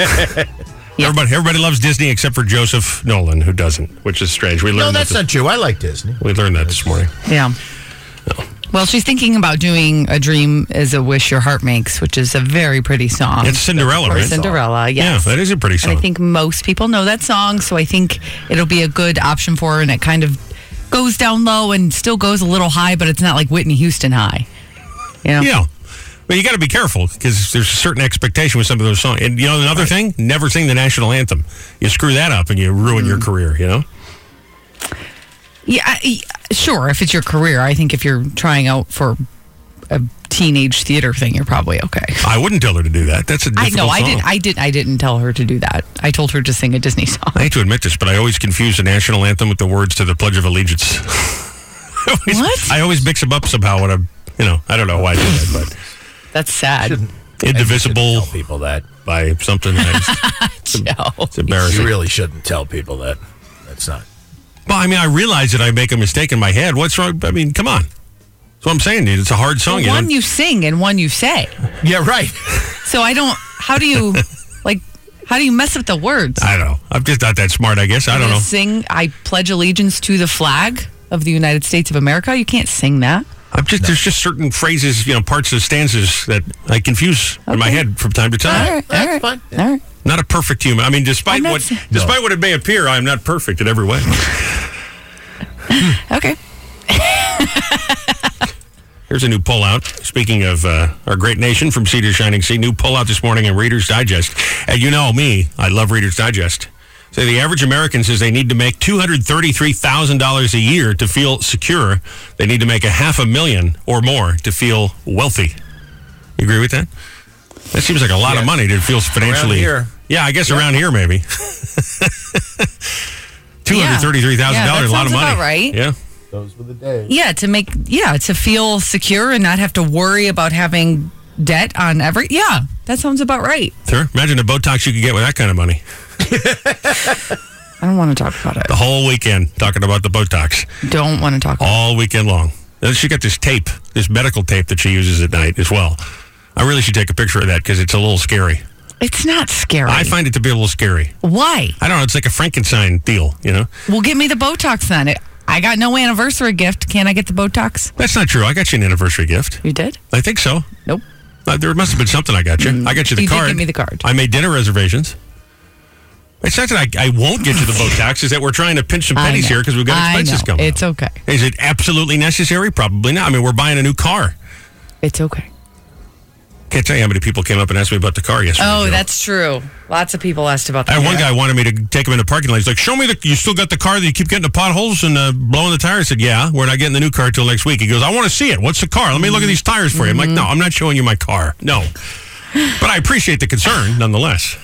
[SPEAKER 1] Everybody, everybody loves Disney except for Joseph Nolan, who doesn't, which is strange. We learned
[SPEAKER 3] No,
[SPEAKER 1] that
[SPEAKER 3] that's
[SPEAKER 1] this,
[SPEAKER 3] not true. I like Disney.
[SPEAKER 1] we learned that this morning.
[SPEAKER 2] Yeah. Well, she's thinking about doing a dream is a wish your heart makes, which is a very pretty song.
[SPEAKER 1] It's Cinderella,
[SPEAKER 2] Or
[SPEAKER 1] right?
[SPEAKER 2] Cinderella,
[SPEAKER 1] Yeah,
[SPEAKER 2] yes.
[SPEAKER 1] that is a pretty song.
[SPEAKER 2] And I think most people know that song, so I think it'll be a good option for her. And it kind of goes down low and still goes a little high, but it's not like Whitney Houston high. Yeah.
[SPEAKER 1] yeah. But you got to be careful because there's a certain expectation with some of those songs. And you know, another thing, never sing the national anthem. You screw that up and you ruin
[SPEAKER 2] Mm.
[SPEAKER 1] your career, you know?
[SPEAKER 2] Yeah, I- y- sure. If it's your career, I think if you're trying out for a teenage theater thing, you're probably okay.
[SPEAKER 1] I wouldn't tell her to do that. That's a
[SPEAKER 2] I
[SPEAKER 1] difficult
[SPEAKER 2] no, I
[SPEAKER 1] song.
[SPEAKER 2] didn't. I didn't. I didn't tell her to do that. I told her to sing a Disney song.
[SPEAKER 1] I hate to admit this, but I always confuse the national anthem with the words to the Pledge of Allegiance. I always,
[SPEAKER 2] What?
[SPEAKER 1] I always mix them up somehow when I'm, you know, I don't know why I do that,
[SPEAKER 2] That's sad.
[SPEAKER 3] Shouldn't-
[SPEAKER 1] but indivisible
[SPEAKER 3] Tell people that.
[SPEAKER 1] by something. I just-
[SPEAKER 2] Joe.
[SPEAKER 1] it's embarrassing.
[SPEAKER 3] You really shouldn't tell people that. That's not.
[SPEAKER 1] Well, I mean, I realize that I make a mistake in my head. What's wrong? I mean, come on. That's what I'm saying, dude. It's a hard song.
[SPEAKER 2] Well,
[SPEAKER 1] you
[SPEAKER 2] one
[SPEAKER 1] know?
[SPEAKER 2] you sing and one you say.
[SPEAKER 3] Yeah, right.
[SPEAKER 2] So I don't. How do you like? How do you mess up the words?
[SPEAKER 1] I don't know. I'm just not that smart, I guess. I don't
[SPEAKER 2] You
[SPEAKER 1] know.
[SPEAKER 2] Sing. I pledge allegiance to the flag of the United States of America. You can't sing that.
[SPEAKER 1] I'm just there's just certain phrases, you know, parts of stanzas that I confuse in my head from time to time.
[SPEAKER 2] All right.
[SPEAKER 3] That's
[SPEAKER 2] all right.
[SPEAKER 3] fine.
[SPEAKER 2] All right.
[SPEAKER 1] Not a perfect human. I mean, despite
[SPEAKER 2] I'm not
[SPEAKER 1] what
[SPEAKER 2] sa-
[SPEAKER 1] despite what it may appear, I'm not perfect in every way.
[SPEAKER 2] Okay.
[SPEAKER 1] Here's a new pullout. Speaking of uh, our great nation from Cedar Shining Sea, new pullout this morning in Reader's Digest. And you know me, I love Reader's Digest. So the average American says they need to make $233,000 a year to feel secure. They need to make a half a million or more to feel wealthy. You agree with that? That seems like a lot of
[SPEAKER 3] Yes.
[SPEAKER 1] money to feel financially.
[SPEAKER 3] here.
[SPEAKER 1] Yeah, I guess around here maybe. $233,000,
[SPEAKER 2] that
[SPEAKER 1] a lot
[SPEAKER 2] sounds
[SPEAKER 1] of money.
[SPEAKER 2] about right.
[SPEAKER 1] Yeah.
[SPEAKER 3] Those were the days.
[SPEAKER 2] Yeah. To make. Yeah. To feel secure and not have to worry about having debt on every. Yeah. That sounds about right.
[SPEAKER 1] Sure. Imagine the Botox you could get with that kind of money.
[SPEAKER 2] I don't want to talk about it.
[SPEAKER 1] the whole weekend talking about the Botox
[SPEAKER 2] Don't want to talk. about
[SPEAKER 1] all weekend long. Then she got this tape, this medical tape that she uses at night as well. I really should take a picture of that because it's a little scary.
[SPEAKER 2] it. It's not scary.
[SPEAKER 1] I find it to be a little scary.
[SPEAKER 2] Why?
[SPEAKER 1] I don't know. It's like a Frankenstein deal, you know?
[SPEAKER 2] Well, get me the Botox then. It- I got no anniversary gift. Can I get the Botox?
[SPEAKER 1] That's not true. I got you an anniversary gift.
[SPEAKER 2] You did?
[SPEAKER 1] I think so.
[SPEAKER 2] Nope.
[SPEAKER 1] Uh, there must have been something I got you. I got you the
[SPEAKER 2] Mm. You did
[SPEAKER 1] card.
[SPEAKER 2] give me the card.
[SPEAKER 1] I made dinner reservations. It's not that I, I won't get you the Botox. Is that we're trying to pinch some
[SPEAKER 2] I
[SPEAKER 1] pennies
[SPEAKER 2] know.
[SPEAKER 1] here because we've got
[SPEAKER 2] I
[SPEAKER 1] expenses
[SPEAKER 2] know.
[SPEAKER 1] coming.
[SPEAKER 2] It's
[SPEAKER 1] up.
[SPEAKER 2] okay.
[SPEAKER 1] Is it absolutely necessary? Probably not. I mean, we're buying a new car.
[SPEAKER 2] It's okay.
[SPEAKER 1] Can't tell you how many people came up and asked me about the car yesterday.
[SPEAKER 2] Oh,
[SPEAKER 1] Joe.
[SPEAKER 2] that's true. Lots of people asked about
[SPEAKER 1] I
[SPEAKER 2] that.
[SPEAKER 1] had one guy wanted me to take him in the parking lot. He's like, "Show me the. You still got the car that you keep getting the potholes and uh, blowing the tires." I said, "Yeah, we're not getting the new car till next week." He goes, "I want to see it. What's the car? Let me look at these tires for you." I'm like,
[SPEAKER 2] Mm-hmm.
[SPEAKER 1] "No, I'm not showing you my car. No." But I appreciate the concern nonetheless.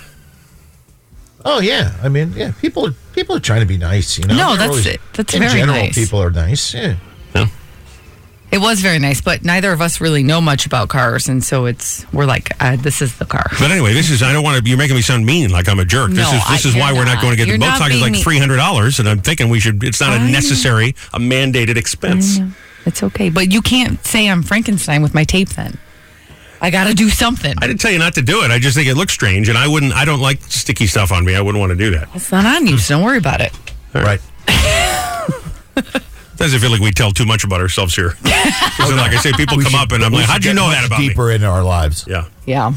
[SPEAKER 3] Oh yeah. I mean, yeah. People are people are trying to be nice. You know.
[SPEAKER 2] No,
[SPEAKER 3] They're
[SPEAKER 2] that's it. That's
[SPEAKER 3] in
[SPEAKER 2] very
[SPEAKER 3] general.
[SPEAKER 2] nice.
[SPEAKER 3] People are nice. Yeah.
[SPEAKER 2] It was very nice, but neither of us really know much about cars, and so it's we're like, uh, this is the car.
[SPEAKER 1] But anyway, this is. I don't want to. You're making me sound mean, like I'm a jerk. this
[SPEAKER 2] No,
[SPEAKER 1] is. This
[SPEAKER 2] I-
[SPEAKER 1] is why
[SPEAKER 2] you're
[SPEAKER 1] we're not
[SPEAKER 2] not.
[SPEAKER 1] going to get
[SPEAKER 2] You're
[SPEAKER 1] the
[SPEAKER 2] not
[SPEAKER 1] Botox. It's
[SPEAKER 2] being
[SPEAKER 1] like
[SPEAKER 2] mean.
[SPEAKER 1] three hundred dollars, and I'm thinking we should. It's not a
[SPEAKER 2] I-
[SPEAKER 1] necessary, a mandated expense.
[SPEAKER 2] It's okay, but you can't say I'm Frankenstein with my tape. Then I got to do something.
[SPEAKER 1] I didn't tell you not to do it. I just think it looks strange, and I wouldn't. I don't like sticky stuff on me. I wouldn't want to do that.
[SPEAKER 2] It's not on you, so don't worry about it.
[SPEAKER 3] Right.
[SPEAKER 1] Doesn't feel like we tell too much about ourselves here. 'Cause like I say, people come up and I'm
[SPEAKER 3] We
[SPEAKER 1] like,
[SPEAKER 3] should
[SPEAKER 1] "How'd you
[SPEAKER 3] get
[SPEAKER 1] know
[SPEAKER 3] much
[SPEAKER 1] that about
[SPEAKER 3] deeper into our lives.
[SPEAKER 1] me?" Yeah,
[SPEAKER 2] Yeah,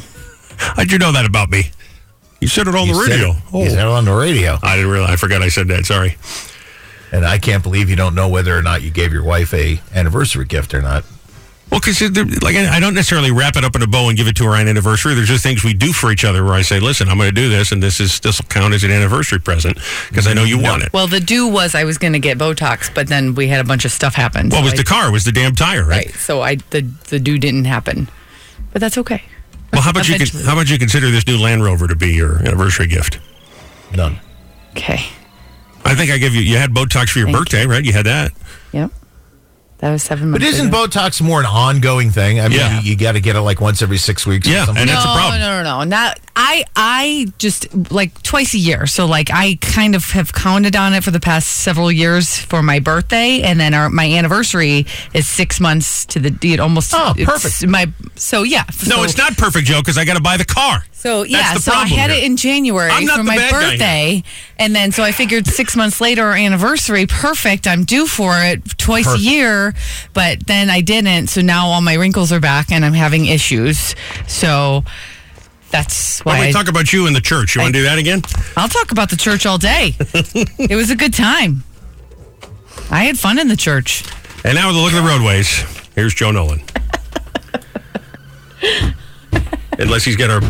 [SPEAKER 1] how'd you know that about me? You said it on
[SPEAKER 3] You
[SPEAKER 1] the
[SPEAKER 3] said
[SPEAKER 1] radio. Oh.
[SPEAKER 3] it- You said it on the radio,
[SPEAKER 1] I didn't realize. I forgot I said that. Sorry.
[SPEAKER 3] and I can't believe you don't know whether or not you gave your wife a anniversary gift or not.
[SPEAKER 1] Well, because like I I don't necessarily wrap it up in a bow and give it to her on anniversary. There's just things we do for each other where I say, "Listen, I'm going to do this, and this is this will count as an anniversary present because I know you want it."
[SPEAKER 2] Well, the do was I was going to get Botox, but then we had a bunch of stuff happen.
[SPEAKER 1] What
[SPEAKER 2] so
[SPEAKER 1] was
[SPEAKER 2] I-
[SPEAKER 1] the car? It Was the damn tire right?
[SPEAKER 2] right? So I the the do didn't happen, but that's okay.
[SPEAKER 1] Well, how about you? Con-
[SPEAKER 2] Eventually.
[SPEAKER 1] how about you consider this new Land Rover to be your anniversary gift?
[SPEAKER 3] None.
[SPEAKER 2] Okay.
[SPEAKER 1] I think I gave you. You had Botox for your
[SPEAKER 2] Thank
[SPEAKER 1] birthday, right? You had that.
[SPEAKER 2] Yep. That was seven
[SPEAKER 3] But
[SPEAKER 2] months.
[SPEAKER 3] isn't
[SPEAKER 2] ago.
[SPEAKER 3] Botox more an ongoing thing? I mean,
[SPEAKER 1] Yeah.
[SPEAKER 3] you, got to get it like once every six weeks.
[SPEAKER 1] Yeah,
[SPEAKER 3] or something.
[SPEAKER 1] and
[SPEAKER 2] no,
[SPEAKER 1] that's a problem.
[SPEAKER 2] No, no, no, not. I I I just like twice a year. So like I kind of have counted on it for the past several years for my birthday, and then our my anniversary is six months to the it almost.
[SPEAKER 3] Oh,
[SPEAKER 2] it's
[SPEAKER 3] perfect.
[SPEAKER 2] My so yeah.
[SPEAKER 1] No,
[SPEAKER 2] so,
[SPEAKER 1] it's not perfect, Joe, because I got to buy the car.
[SPEAKER 2] So yeah,
[SPEAKER 1] the
[SPEAKER 2] so I
[SPEAKER 1] problem
[SPEAKER 2] had
[SPEAKER 1] here.
[SPEAKER 2] it in January
[SPEAKER 1] I'm not the
[SPEAKER 2] for my
[SPEAKER 1] bad guy
[SPEAKER 2] birthday, and then so I figured six months later, our anniversary, perfect. I'm due for it twice
[SPEAKER 3] Perfect.
[SPEAKER 2] a year, but then I didn't. So now all my wrinkles are back, and I'm having issues. So that's why
[SPEAKER 1] Why don't
[SPEAKER 2] I-
[SPEAKER 1] we talk about you in the church? You want to do that again?
[SPEAKER 2] I'll talk about the church all day. it was a good time. I had fun in the church.
[SPEAKER 1] And now with a look at the roadways, here's Joe Nolan. Unless he's got our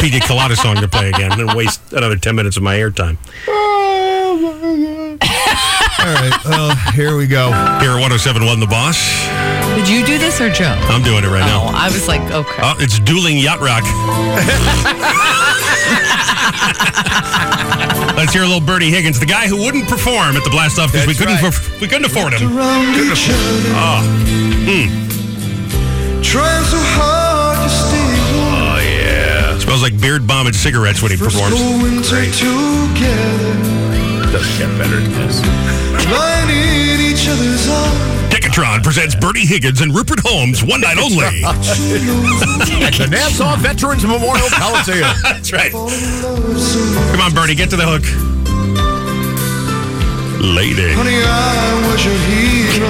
[SPEAKER 1] Pina Colada song to play again and then waste another 10 minutes of my airtime.
[SPEAKER 8] All right. Well, here we go.
[SPEAKER 1] Here at 1071 The Boss,
[SPEAKER 2] Did you do this or Joe?
[SPEAKER 1] I'm doing it right
[SPEAKER 2] No,
[SPEAKER 1] now.
[SPEAKER 2] I was like, okay.
[SPEAKER 1] Oh, it's dueling yacht rock. Let's hear a little Bernie Higgins, the guy who wouldn't perform at the blast off because we
[SPEAKER 8] That's
[SPEAKER 1] couldn't
[SPEAKER 8] right.
[SPEAKER 1] aff- we couldn't afford him.
[SPEAKER 8] Around each other.
[SPEAKER 3] Ah. Hmm.
[SPEAKER 8] Trying so hard to stay warm.
[SPEAKER 1] Smells like beard bomb and cigarettes when he
[SPEAKER 8] Oh, First
[SPEAKER 1] performs.
[SPEAKER 8] go winter together.
[SPEAKER 3] Doesn't get better than this.
[SPEAKER 8] Lying in each other's arms.
[SPEAKER 1] Decatron presents Bernie Higgins and Rupert Holmes one night only.
[SPEAKER 3] At the Nassau Veterans Memorial Coliseum.
[SPEAKER 1] That's right. Come on, Bernie, get to the hook. Lady.
[SPEAKER 8] Honey, I was your hero.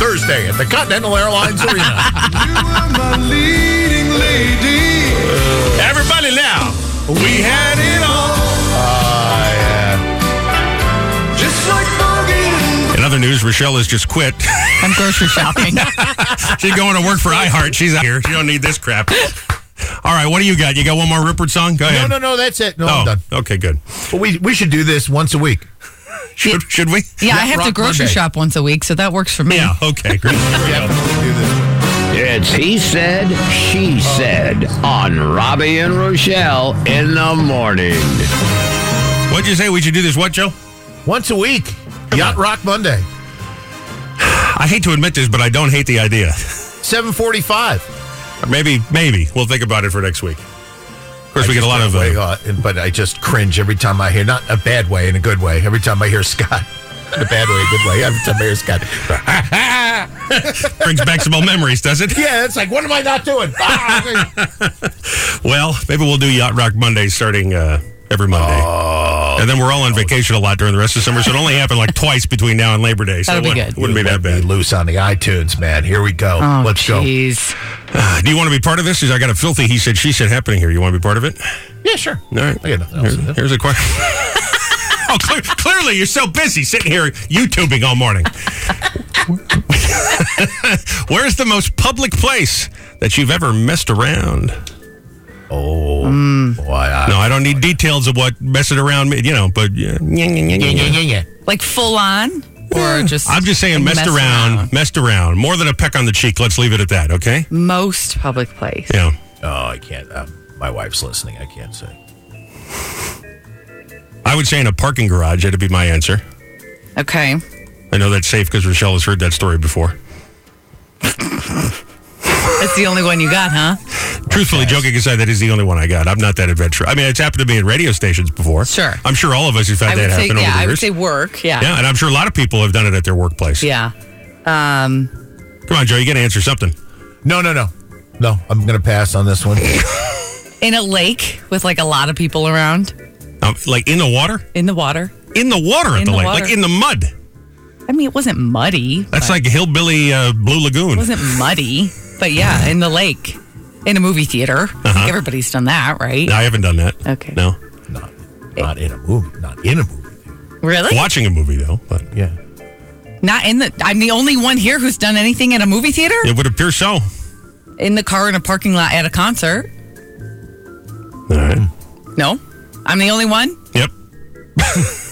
[SPEAKER 3] Thursday at the Continental Airlines Arena.
[SPEAKER 8] You were my leading lady.
[SPEAKER 1] Everybody now.
[SPEAKER 8] We had it all.
[SPEAKER 1] Ah,
[SPEAKER 8] Just like Bogey.
[SPEAKER 1] In other news, Rochelle has just quit.
[SPEAKER 2] I'm grocery shopping.
[SPEAKER 1] She's going to work for iHeart. She's out here. She don't need this crap. All right, what do you got? You got one more Rupert song? Go
[SPEAKER 3] no,
[SPEAKER 1] ahead.
[SPEAKER 3] no, no, that's it. No, I'm
[SPEAKER 1] Oh,
[SPEAKER 3] done.
[SPEAKER 1] okay, good.
[SPEAKER 3] But we, we should do this once a week.
[SPEAKER 1] Should, should we?
[SPEAKER 2] Yeah, I
[SPEAKER 3] Yep,
[SPEAKER 2] have to
[SPEAKER 3] Rock
[SPEAKER 2] grocery
[SPEAKER 3] Monday.
[SPEAKER 2] shop once a week, so that works for me.
[SPEAKER 1] Yeah, okay, great.
[SPEAKER 3] Yeah, we should do this.
[SPEAKER 9] It's He Said, She Said on Robbie and Rochelle in the morning.
[SPEAKER 1] What'd you say? We should do this what, Joe?
[SPEAKER 3] Once a week. Yacht Rock Monday,
[SPEAKER 1] I hate to admit this, but I don't hate the idea.
[SPEAKER 3] 745.
[SPEAKER 1] Maybe, maybe. We'll think about it for next week. Of course, we get a lot of...
[SPEAKER 3] Way
[SPEAKER 1] Uh,
[SPEAKER 3] hot, and- but I just cringe every time I hear, not a bad way, in a good way, every time I hear Scott. In a bad way, a good way, every time I hear Scott.
[SPEAKER 1] brings back some old memories, does it?
[SPEAKER 3] yeah, it's like, what am I not doing? Ah,
[SPEAKER 1] Well, maybe we'll do Yacht Rock Monday starting uh, every Monday.
[SPEAKER 3] Oh.
[SPEAKER 1] and then we're all on vacation a lot during the rest of summer, so it only happened like twice between now and Labor Day. So
[SPEAKER 2] That'll be
[SPEAKER 1] it
[SPEAKER 2] good.
[SPEAKER 1] wouldn't be that
[SPEAKER 3] Be
[SPEAKER 1] bad.
[SPEAKER 3] loose on the iTunes, man. Here we go.
[SPEAKER 2] Oh,
[SPEAKER 3] Let's go.
[SPEAKER 2] jeez.
[SPEAKER 1] Uh, do you want to be part of this? 'Cause I got a filthy he said, she said happening here. You want to be part of it?
[SPEAKER 3] Yeah, sure.
[SPEAKER 1] All right.
[SPEAKER 3] I got nothing else to do.
[SPEAKER 1] Here's a question. oh, cle clearly you're so busy sitting here YouTubing all morning. Where's the most public place that you've ever messed around?
[SPEAKER 3] Oh, boy. I-
[SPEAKER 1] No, I don't need details of what messing around, me- you know, but yeah.
[SPEAKER 3] Yeah, yeah, yeah, yeah.
[SPEAKER 2] Like full on? Or just.
[SPEAKER 1] I'm just saying, messed
[SPEAKER 2] mess
[SPEAKER 1] around, messed around. More than a peck on the cheek. Let's leave it at that, okay?
[SPEAKER 2] Mm. Most public place.
[SPEAKER 1] Yeah.
[SPEAKER 3] Oh, I can't. Um, my wife's listening. I can't say.
[SPEAKER 1] I would say in a parking garage, that'd be my answer.
[SPEAKER 2] Okay.
[SPEAKER 1] I know that's safe because Rochelle has heard that story before.
[SPEAKER 2] That's the only one you got, huh?
[SPEAKER 1] Truthfully, joking aside, that is the only one I got. I'm not that adventurous. I mean, it's happened to me at radio stations before.
[SPEAKER 2] Sure.
[SPEAKER 1] I'm sure all of us have had
[SPEAKER 2] I
[SPEAKER 1] that
[SPEAKER 2] would say,
[SPEAKER 1] happen
[SPEAKER 2] yeah,
[SPEAKER 1] over the
[SPEAKER 2] I would
[SPEAKER 1] years.
[SPEAKER 2] say work. Yeah.
[SPEAKER 1] yeah, and I'm sure a lot of people have done it at their workplace.
[SPEAKER 2] Yeah. Um,
[SPEAKER 1] Come on, Joe, you got to answer something.
[SPEAKER 3] No, no, no. No, I'm going to pass on this one.
[SPEAKER 2] in a lake with like a lot of people around
[SPEAKER 1] Um, like in the water?
[SPEAKER 2] in the water.
[SPEAKER 1] In the water at
[SPEAKER 2] In
[SPEAKER 1] the,
[SPEAKER 2] the
[SPEAKER 1] lake.
[SPEAKER 2] water.
[SPEAKER 1] Like in the mud.
[SPEAKER 2] I mean, it wasn't muddy.
[SPEAKER 1] That's
[SPEAKER 2] but-
[SPEAKER 1] like Hillbilly uh, Blue Lagoon.
[SPEAKER 2] It wasn't muddy, but yeah, in the lake, in a movie theater. I
[SPEAKER 1] Uh-huh.
[SPEAKER 2] think everybody's done that, right?
[SPEAKER 1] No, I haven't done that.
[SPEAKER 2] Okay.
[SPEAKER 1] No.
[SPEAKER 3] not, not in a movie. Not in a movie.
[SPEAKER 2] Really?
[SPEAKER 1] Watching a movie, though. But
[SPEAKER 3] Yeah.
[SPEAKER 2] Not in the. I'm the only one here who's done anything in a movie theater.
[SPEAKER 1] it would appear so.
[SPEAKER 2] In the car, in a parking lot, at a concert.
[SPEAKER 1] All
[SPEAKER 3] Hmm.
[SPEAKER 1] right.
[SPEAKER 2] No, I'm the only one.
[SPEAKER 1] Yep.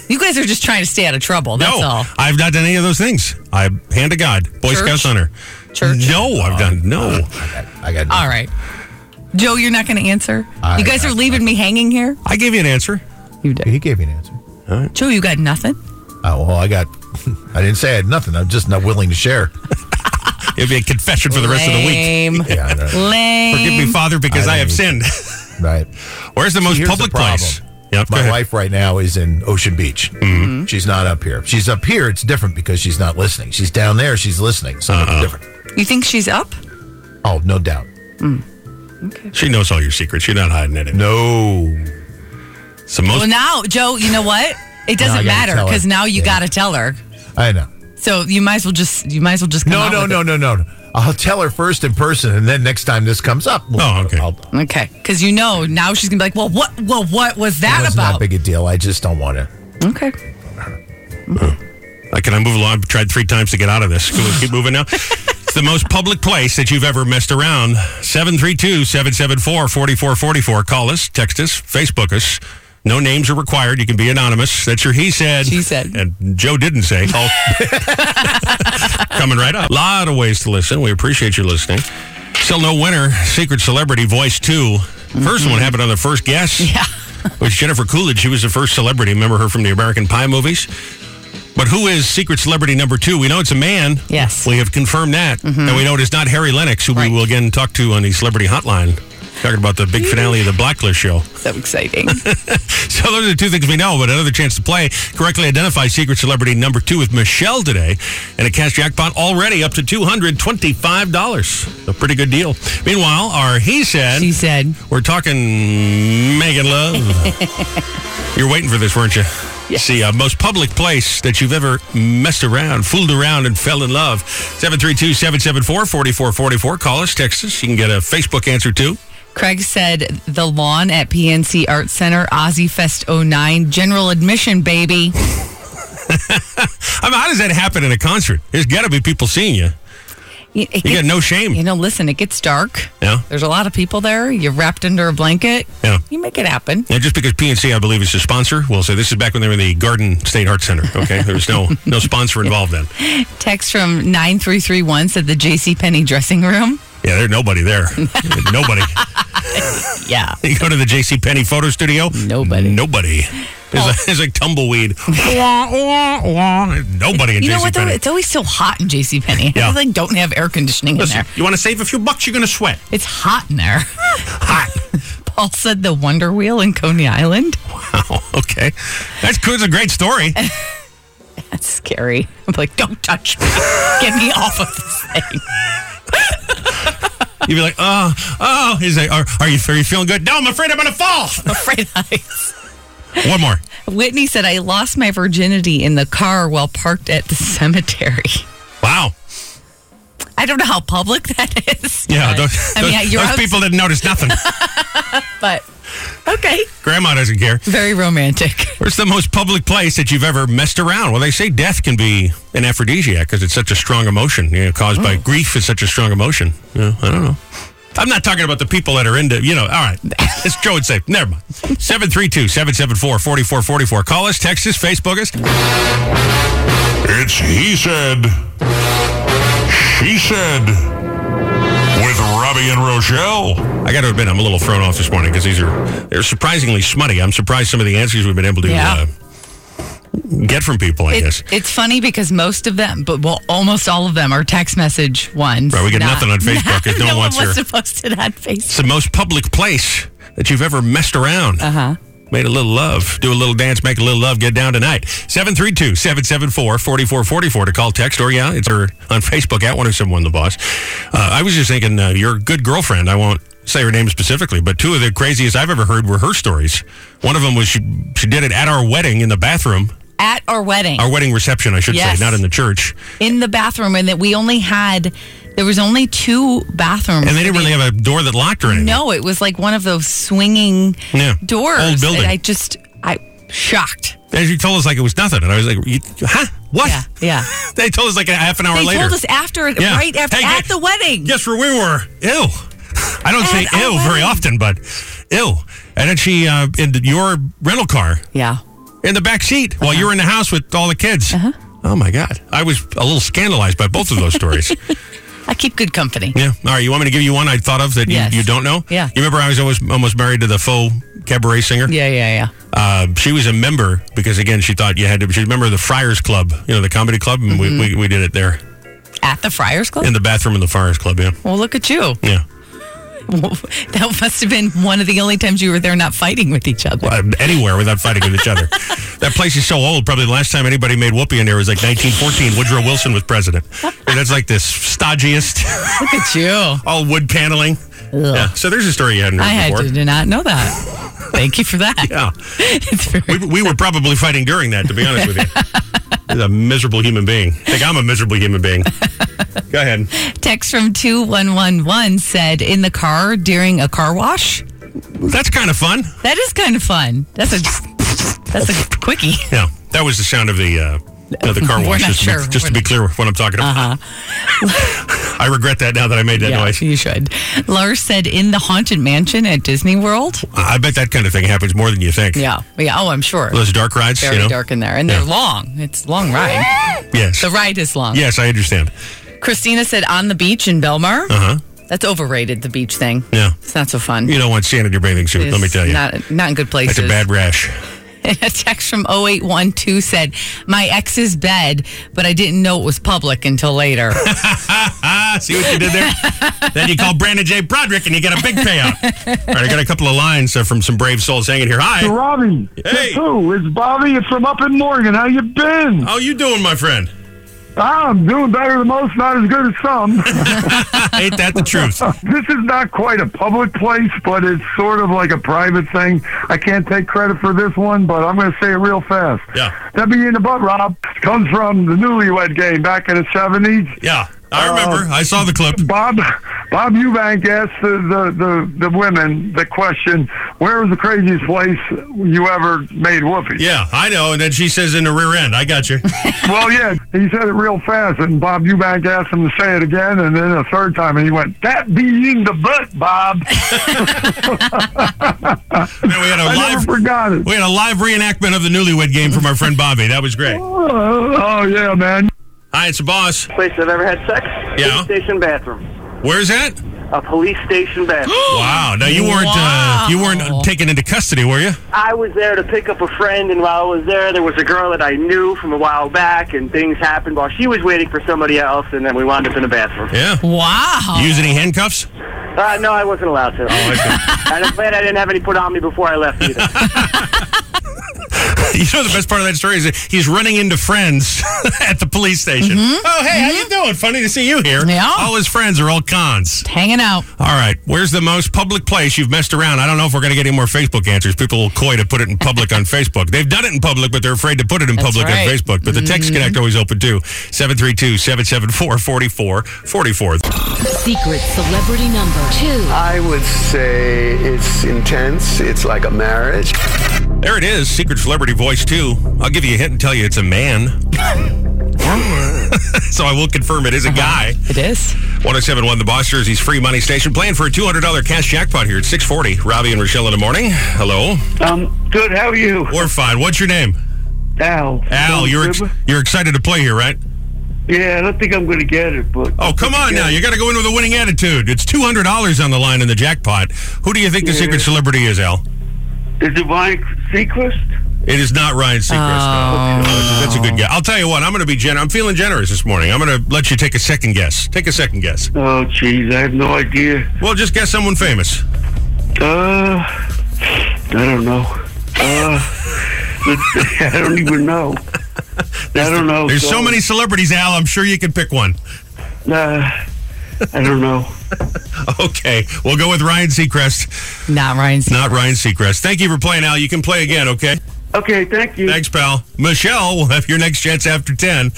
[SPEAKER 2] You guys are just trying to stay out of trouble. That's
[SPEAKER 1] no,
[SPEAKER 2] all.
[SPEAKER 1] I've not done any of those things. I hand to God, Boy
[SPEAKER 2] Church?
[SPEAKER 1] Scouts honor.
[SPEAKER 2] Church? Uh.
[SPEAKER 1] No, I've done no.
[SPEAKER 3] I got, I got
[SPEAKER 2] All right. Joe, you're not going to answer.
[SPEAKER 3] I-
[SPEAKER 2] you guys
[SPEAKER 3] I-
[SPEAKER 2] are leaving me hanging here.
[SPEAKER 1] I gave you an answer.
[SPEAKER 2] You did.
[SPEAKER 3] He gave me an answer.
[SPEAKER 2] Joe, you got nothing.
[SPEAKER 3] Oh, well, I got. I didn't say I had nothing. I'm just not willing to share.
[SPEAKER 1] It'd be a confession for the rest of the week.
[SPEAKER 2] Lame.
[SPEAKER 3] Yeah, I know.
[SPEAKER 2] Lame.
[SPEAKER 1] Forgive me, Father, because I,
[SPEAKER 3] I
[SPEAKER 1] have sinned.
[SPEAKER 3] don't Right.
[SPEAKER 1] Where's the
[SPEAKER 3] See,
[SPEAKER 1] most
[SPEAKER 3] here's
[SPEAKER 1] public
[SPEAKER 3] problem.
[SPEAKER 1] place? Yep, go
[SPEAKER 3] My
[SPEAKER 1] ahead.
[SPEAKER 3] wife right now is in Ocean Beach.
[SPEAKER 1] Mm-hmm.
[SPEAKER 3] She's not up here. If She's up here. It's different because she's not listening. She's down there. She's listening. So
[SPEAKER 1] Uh-uh.
[SPEAKER 3] it's different.
[SPEAKER 2] You think she's up?
[SPEAKER 3] Oh, no doubt.
[SPEAKER 1] She knows all your secrets. You're not hiding anything.
[SPEAKER 3] No.
[SPEAKER 1] It's the most
[SPEAKER 2] Well, now, Joe, you know what? It
[SPEAKER 3] I
[SPEAKER 2] doesn't
[SPEAKER 3] gotta
[SPEAKER 2] matter
[SPEAKER 3] tell her.
[SPEAKER 2] because now you
[SPEAKER 3] Yeah.
[SPEAKER 2] got to tell her.
[SPEAKER 3] I know.
[SPEAKER 2] So you might as well just you might as well just come
[SPEAKER 3] No,
[SPEAKER 2] out
[SPEAKER 3] no,
[SPEAKER 2] with
[SPEAKER 3] no,
[SPEAKER 2] it.
[SPEAKER 3] no, no, no. I'll tell her first in person, and then next time this comes up. we'll-
[SPEAKER 1] Oh, okay.
[SPEAKER 3] I'll-
[SPEAKER 2] Okay, because you know now she's gonna be like, well, what, well, what was that
[SPEAKER 3] it was
[SPEAKER 2] about?
[SPEAKER 3] not big a deal. I just don't want to.
[SPEAKER 2] Okay,
[SPEAKER 1] Uh, Can I move along? I've tried three times to get out of this. Can we keep moving now? It's the most public place that you've ever messed around. 732 774 4444. Call us, text us, Facebook us. No names are required. You can be anonymous. That's your he said.
[SPEAKER 2] She said.
[SPEAKER 1] And Joe didn't say. Call. Coming right up. A lot of ways to listen. We appreciate you listening. Still no winner. Secret Celebrity Voice 2. 1st
[SPEAKER 2] Mm-hmm.
[SPEAKER 1] one happened on the first guess. Yeah. Which Jennifer Coolidge, she was the first celebrity. Remember her from the American Pie movies? But who is secret celebrity number two? We know it's a man.
[SPEAKER 2] Yes. Mm-hmm.
[SPEAKER 1] We have confirmed that. And we know it is not Harry Lennox, who
[SPEAKER 2] Right.
[SPEAKER 1] we will again talk to on the celebrity hotline, talking about the big finale of the Blacklist show.
[SPEAKER 2] so exciting.
[SPEAKER 1] So those are the two things we know, but another chance to play. Correctly identify secret celebrity number two with Michelle today, and a cash jackpot already up to $225. A pretty good deal. Meanwhile, our He Said,
[SPEAKER 2] she said,
[SPEAKER 1] we're talking Megan Love. You're waiting for this, weren't you?
[SPEAKER 2] Yes.
[SPEAKER 1] See, uh, most public place that you've ever messed around, fooled around, and fell in love. 732 774 4444. Call us, text us. You can get a Facebook answer too.
[SPEAKER 2] Craig said the lawn at PNC Art Center, Ozzy Fest 09, general admission, baby.
[SPEAKER 1] I mean, how does that happen in a concert? There's got to be people seeing you.
[SPEAKER 2] You, it
[SPEAKER 1] You got
[SPEAKER 2] gets-
[SPEAKER 1] no shame.
[SPEAKER 2] you know, listen, it gets dark.
[SPEAKER 1] Yeah.
[SPEAKER 2] There's a lot of people there. You're wrapped under a blanket.
[SPEAKER 1] Yeah.
[SPEAKER 2] You make it happen.
[SPEAKER 1] And just because PNC, I believe, is the sponsor, we'll say this is back when they were in the Garden State Art Center. Okay, there was no no sponsor involved then.
[SPEAKER 2] Text from 9331 said the JCPenney dressing room.
[SPEAKER 1] Yeah, there's nobody there. nobody.
[SPEAKER 2] Yeah.
[SPEAKER 1] You go to the J.C. Penney photo studio.
[SPEAKER 2] Nobody. Oh.
[SPEAKER 1] Nobody. There's, like, there's like tumbleweed. Wah, wah, wah. Nobody in
[SPEAKER 2] You know
[SPEAKER 1] J.C.
[SPEAKER 2] what, though?
[SPEAKER 1] Penney.
[SPEAKER 2] It's always so hot in JCPenney.
[SPEAKER 1] Yeah.
[SPEAKER 2] Yeah. They don't have air conditioning in there.
[SPEAKER 1] you want to save a few bucks, you're going to sweat.
[SPEAKER 2] It's hot in there.
[SPEAKER 1] Hot.
[SPEAKER 2] Paul said the Wonder Wheel in Coney Island.
[SPEAKER 1] Wow. Oh, Okay. That's cool. It's a great story.
[SPEAKER 2] That's scary. I'm like, don't touch me. Get me off of this thing.
[SPEAKER 1] You'd be like, oh, oh. He's like, are, are you are you feeling good? No, I'm afraid I'm going to fall.
[SPEAKER 2] I'm afraid I.
[SPEAKER 1] One more.
[SPEAKER 2] Whitney said, I lost my virginity in the car while parked at the cemetery.
[SPEAKER 1] Wow.
[SPEAKER 2] I don't know how public that is.
[SPEAKER 1] Yeah.
[SPEAKER 2] but-
[SPEAKER 1] Those,
[SPEAKER 2] I mean,
[SPEAKER 1] those-
[SPEAKER 2] you're
[SPEAKER 1] those
[SPEAKER 2] out,
[SPEAKER 1] people didn't notice nothing.
[SPEAKER 2] but okay.
[SPEAKER 1] Grandma doesn't care.
[SPEAKER 2] Very romantic.
[SPEAKER 1] Where's the most public place that you've ever messed around? Well, they say death can be an aphrodisiac because it's such a strong emotion. You know, caused by grief is such a strong emotion. You know, I don't know. I'm not talking about the people that are into, you know, all right. It's Joe would say, never mind. 732 774 4444. Call us, text us, Facebook us.
[SPEAKER 8] It's He Said, She Said, with Robbie and Rochelle.
[SPEAKER 1] I got to admit, I'm a little thrown off this morning because these are they're surprisingly smutty. I'm surprised some of the answers we've been able to
[SPEAKER 2] Yeah.
[SPEAKER 1] uh, get from people, I
[SPEAKER 2] It-
[SPEAKER 1] guess.
[SPEAKER 2] It's funny because most of them, but well, almost all of them are text message ones.
[SPEAKER 1] Right, we get nothing on Facebook 'cause no one wants
[SPEAKER 2] one
[SPEAKER 1] your-
[SPEAKER 2] to post it on Facebook.
[SPEAKER 1] It's the most public place that you've ever messed around. Uh
[SPEAKER 2] Uh-huh.
[SPEAKER 1] huh. Made a little love, do a little dance, make a little love, get down tonight. 732 774 4444 to call, text, or yeah, it's her on Facebook at one or someone, the boss. Uh, I was just thinking, uh, your good girlfriend, I won't say her name specifically, but two of the craziest I've ever heard were her stories. One of them was she, she did it at our wedding in the bathroom,
[SPEAKER 2] At our wedding,
[SPEAKER 1] our wedding reception, I should
[SPEAKER 2] Yes.
[SPEAKER 1] say, not in the church.
[SPEAKER 2] in the bathroom, and that we only had, there was only two bathrooms.
[SPEAKER 1] And they didn't
[SPEAKER 2] for the-
[SPEAKER 1] really have a door that locked or anything.
[SPEAKER 2] No, it was like one of those swinging
[SPEAKER 1] Yeah,
[SPEAKER 2] doors.
[SPEAKER 1] old building.
[SPEAKER 2] And I just, I shocked.
[SPEAKER 1] And she told us like it was nothing. And I was like, you, huh? What?
[SPEAKER 2] Yeah, yeah.
[SPEAKER 1] they told us like a half an hour
[SPEAKER 2] they
[SPEAKER 1] later.
[SPEAKER 2] told us after it,
[SPEAKER 1] Yeah.
[SPEAKER 2] right after
[SPEAKER 1] Hey,
[SPEAKER 2] at
[SPEAKER 1] hey.
[SPEAKER 2] the wedding.
[SPEAKER 1] Yes, where we were. Ew. I don't say
[SPEAKER 2] At our
[SPEAKER 1] ew very
[SPEAKER 2] wedding.
[SPEAKER 1] often, but ew. And then she uh, in your rental car
[SPEAKER 2] Yeah.
[SPEAKER 1] in the back seat while you were in the house with all the kids.
[SPEAKER 2] Uh-huh.
[SPEAKER 1] Oh my God! I was a little scandalized by both of those stories.
[SPEAKER 2] I keep good company.
[SPEAKER 1] yeah. All right. You want me to give you one I thought of that
[SPEAKER 2] Yes.
[SPEAKER 1] you, you don't know?
[SPEAKER 2] Yeah.
[SPEAKER 1] You remember I was always almost married to the faux cabaret singer?
[SPEAKER 2] Yeah, yeah, yeah.
[SPEAKER 1] Uh, she was a member because again she thought you had to. She was a member of the Friars Club, you know, the comedy club, and
[SPEAKER 2] Mm-hmm.
[SPEAKER 1] we, we we did it there
[SPEAKER 2] At the Friars Club?
[SPEAKER 1] in the bathroom in the Friars Club. Yeah,
[SPEAKER 2] Well, look at you.
[SPEAKER 1] yeah.
[SPEAKER 2] that must have been one of the only times you were there not fighting with each other.
[SPEAKER 1] uh, anywhere without fighting with each other. That place is so old. Probably the last time anybody made whoopee in there was like 1914. Woodrow Wilson was president. And that's like this stodgiest,
[SPEAKER 2] Look at you.
[SPEAKER 1] all wood paneling. Yeah. So there's a story you hadn't heard
[SPEAKER 2] I had
[SPEAKER 1] before.
[SPEAKER 2] to do not know that. Thank you for that.
[SPEAKER 1] Yeah.
[SPEAKER 2] It's very
[SPEAKER 1] We, we were probably fighting during that, to be honest with you. He's a miserable human being. I think I'm a miserable human being. Go ahead.
[SPEAKER 2] Text from 2111 said, in the car during a car wash.
[SPEAKER 1] That's kind of fun.
[SPEAKER 2] That is kind of fun. That's a that's a quickie.
[SPEAKER 1] Yeah. That was the sound of the. Uh, of the car
[SPEAKER 2] We're
[SPEAKER 1] wash,
[SPEAKER 2] not
[SPEAKER 1] just, to be-
[SPEAKER 2] sure.
[SPEAKER 1] just to
[SPEAKER 2] We're
[SPEAKER 1] be clear with what I'm talking about. I regret that now that I made that
[SPEAKER 2] yeah,
[SPEAKER 1] noise.
[SPEAKER 2] you should. Lars said, in the haunted mansion at Disney World.
[SPEAKER 1] I bet that kind of thing happens more than you think.
[SPEAKER 2] Yeah. Yeah. Oh, I'm sure.
[SPEAKER 1] Those dark rides,
[SPEAKER 2] Very
[SPEAKER 1] you know?
[SPEAKER 2] dark in there. And they're long. It's a long ride.
[SPEAKER 1] Yes.
[SPEAKER 2] The ride is long.
[SPEAKER 1] Yes, I understand.
[SPEAKER 2] Christina said, on the beach in Belmar.
[SPEAKER 1] Uh huh.
[SPEAKER 2] That's overrated, the beach thing.
[SPEAKER 1] Yeah.
[SPEAKER 2] It's not so fun.
[SPEAKER 1] You don't want sand in your bathing suit, let me
[SPEAKER 2] It's
[SPEAKER 1] tell you.
[SPEAKER 2] Not, not in good places.
[SPEAKER 1] That's a bad rash.
[SPEAKER 2] a text from 0812 said, My ex's bed, but I didn't know it was public until later.
[SPEAKER 1] Ah, see what you did there? then you call Brandon J. Broderick and you get a big payout. All right, I got a couple of lines uh, from some brave souls hanging here. Hi.
[SPEAKER 10] Robbie.
[SPEAKER 1] Hey.
[SPEAKER 10] Guess who? It's Bobby from up in Morgan. How you been?
[SPEAKER 1] How you doing, my friend?
[SPEAKER 10] I'm doing better than most, not as good as some.
[SPEAKER 1] Ain't that the truth?
[SPEAKER 10] this is not quite a public place, but it's sort of like a private thing. I can't take credit for this one, but I'm going to say it real fast.
[SPEAKER 1] Yeah.
[SPEAKER 10] That be in the butt, Rob, comes from the newlywed game back in the 70s.
[SPEAKER 1] Yeah, I
[SPEAKER 2] Um,
[SPEAKER 1] remember. I saw the clip.
[SPEAKER 10] Bob Bob Eubank asked the, the, the, the women the question, where was the craziest place you ever made whoopee?
[SPEAKER 1] Yeah, I know. And then she says in the rear end, I got you.
[SPEAKER 10] Well, yeah, he said it real fast, and Bob Eubank asked him to say it again, and then a third time, and he went, "That being the butt, Bob."
[SPEAKER 1] And then we had a
[SPEAKER 10] I never
[SPEAKER 1] live
[SPEAKER 10] forgot it.
[SPEAKER 1] we had a live reenactment of the newlywed game from our friend Bobby. That was great.
[SPEAKER 10] Oh, oh, yeah, man.
[SPEAKER 1] Hi, it's the boss.
[SPEAKER 11] place I've ever had sex.
[SPEAKER 1] Yeah.
[SPEAKER 11] Police station bathroom.
[SPEAKER 1] Where's that?
[SPEAKER 11] A police station bathroom.
[SPEAKER 1] Wow. Now you weren't uh, you weren't taken into custody, were you?
[SPEAKER 11] I was there to pick up a friend, and while I was there, there was a girl that I knew from a while back, and things happened while she was waiting for somebody else, and then we wound up in a bathroom.
[SPEAKER 1] Yeah.
[SPEAKER 2] wow.
[SPEAKER 1] Use any handcuffs?
[SPEAKER 11] Uh, no, I wasn't allowed to.
[SPEAKER 1] Oh,
[SPEAKER 11] and I'm glad I didn't have any put on me before I left either.
[SPEAKER 1] You know the best part of that story is that he's running into friends at the police station. Oh, hey, how you doing? Funny to see you here.
[SPEAKER 2] Mm-hmm. Yeah.
[SPEAKER 1] All his friends are all cons.
[SPEAKER 2] Hanging out.
[SPEAKER 1] All right, where's the most public place you've messed around? I don't know if we're going to get any more Facebook answers. People will coy to put it in public on Facebook. They've done it in public, but they're afraid to put it in
[SPEAKER 2] That's
[SPEAKER 1] public
[SPEAKER 2] right. Mm-hmm.
[SPEAKER 1] on Facebook. But the text connect always open too. 732-774-4444.
[SPEAKER 12] Secret celebrity number two.
[SPEAKER 13] I would say it's intense. It's like a marriage.
[SPEAKER 1] There it is, Secret Celebrity Voice 2. I'll give you a hint and tell you it's a man. so I will confirm it is a guy.
[SPEAKER 2] It is.
[SPEAKER 1] 1071 The Boss Jersey's free money station playing for a $200 cash jackpot here at 640. Robbie and Rochelle in the morning. Hello.
[SPEAKER 14] Um, good. How are you,
[SPEAKER 1] We're fine. What's your name?
[SPEAKER 14] Al?
[SPEAKER 1] Al, you're ex- you're excited to play here, right?
[SPEAKER 14] Yeah, I don't think I'm going to get it, but
[SPEAKER 1] Oh, come on now. You got to go in with a winning attitude. It's $200 on the line in the jackpot. Who do you think the
[SPEAKER 14] Yeah.
[SPEAKER 1] secret celebrity is, Al? Oh.
[SPEAKER 14] is it Ryan Seacrest?
[SPEAKER 1] It is not Ryan Seacrest. no.
[SPEAKER 2] Oh.
[SPEAKER 1] No, that's a good guess. I'll tell you what. I'm going to be gen- I'm feeling generous this morning. I'm going to let you take a second guess. Take a second guess.
[SPEAKER 14] Oh, jeez, I have no idea.
[SPEAKER 1] Well, just guess someone famous.
[SPEAKER 14] Uh, I don't know. Uh, I don't even know. I don't
[SPEAKER 10] Oh,
[SPEAKER 14] know.
[SPEAKER 1] There's so many celebrities, Al. I'm sure you can pick one.
[SPEAKER 14] Uh, I don't know.
[SPEAKER 1] Okay, we'll go with Ryan Seacrest.
[SPEAKER 2] Not Ryan's.
[SPEAKER 1] Not Ryan Seacrest. Thank you for playing, Al. You can play again, okay?
[SPEAKER 14] Okay, thank you.
[SPEAKER 1] Thanks, pal. Michelle will have your next chance after 10.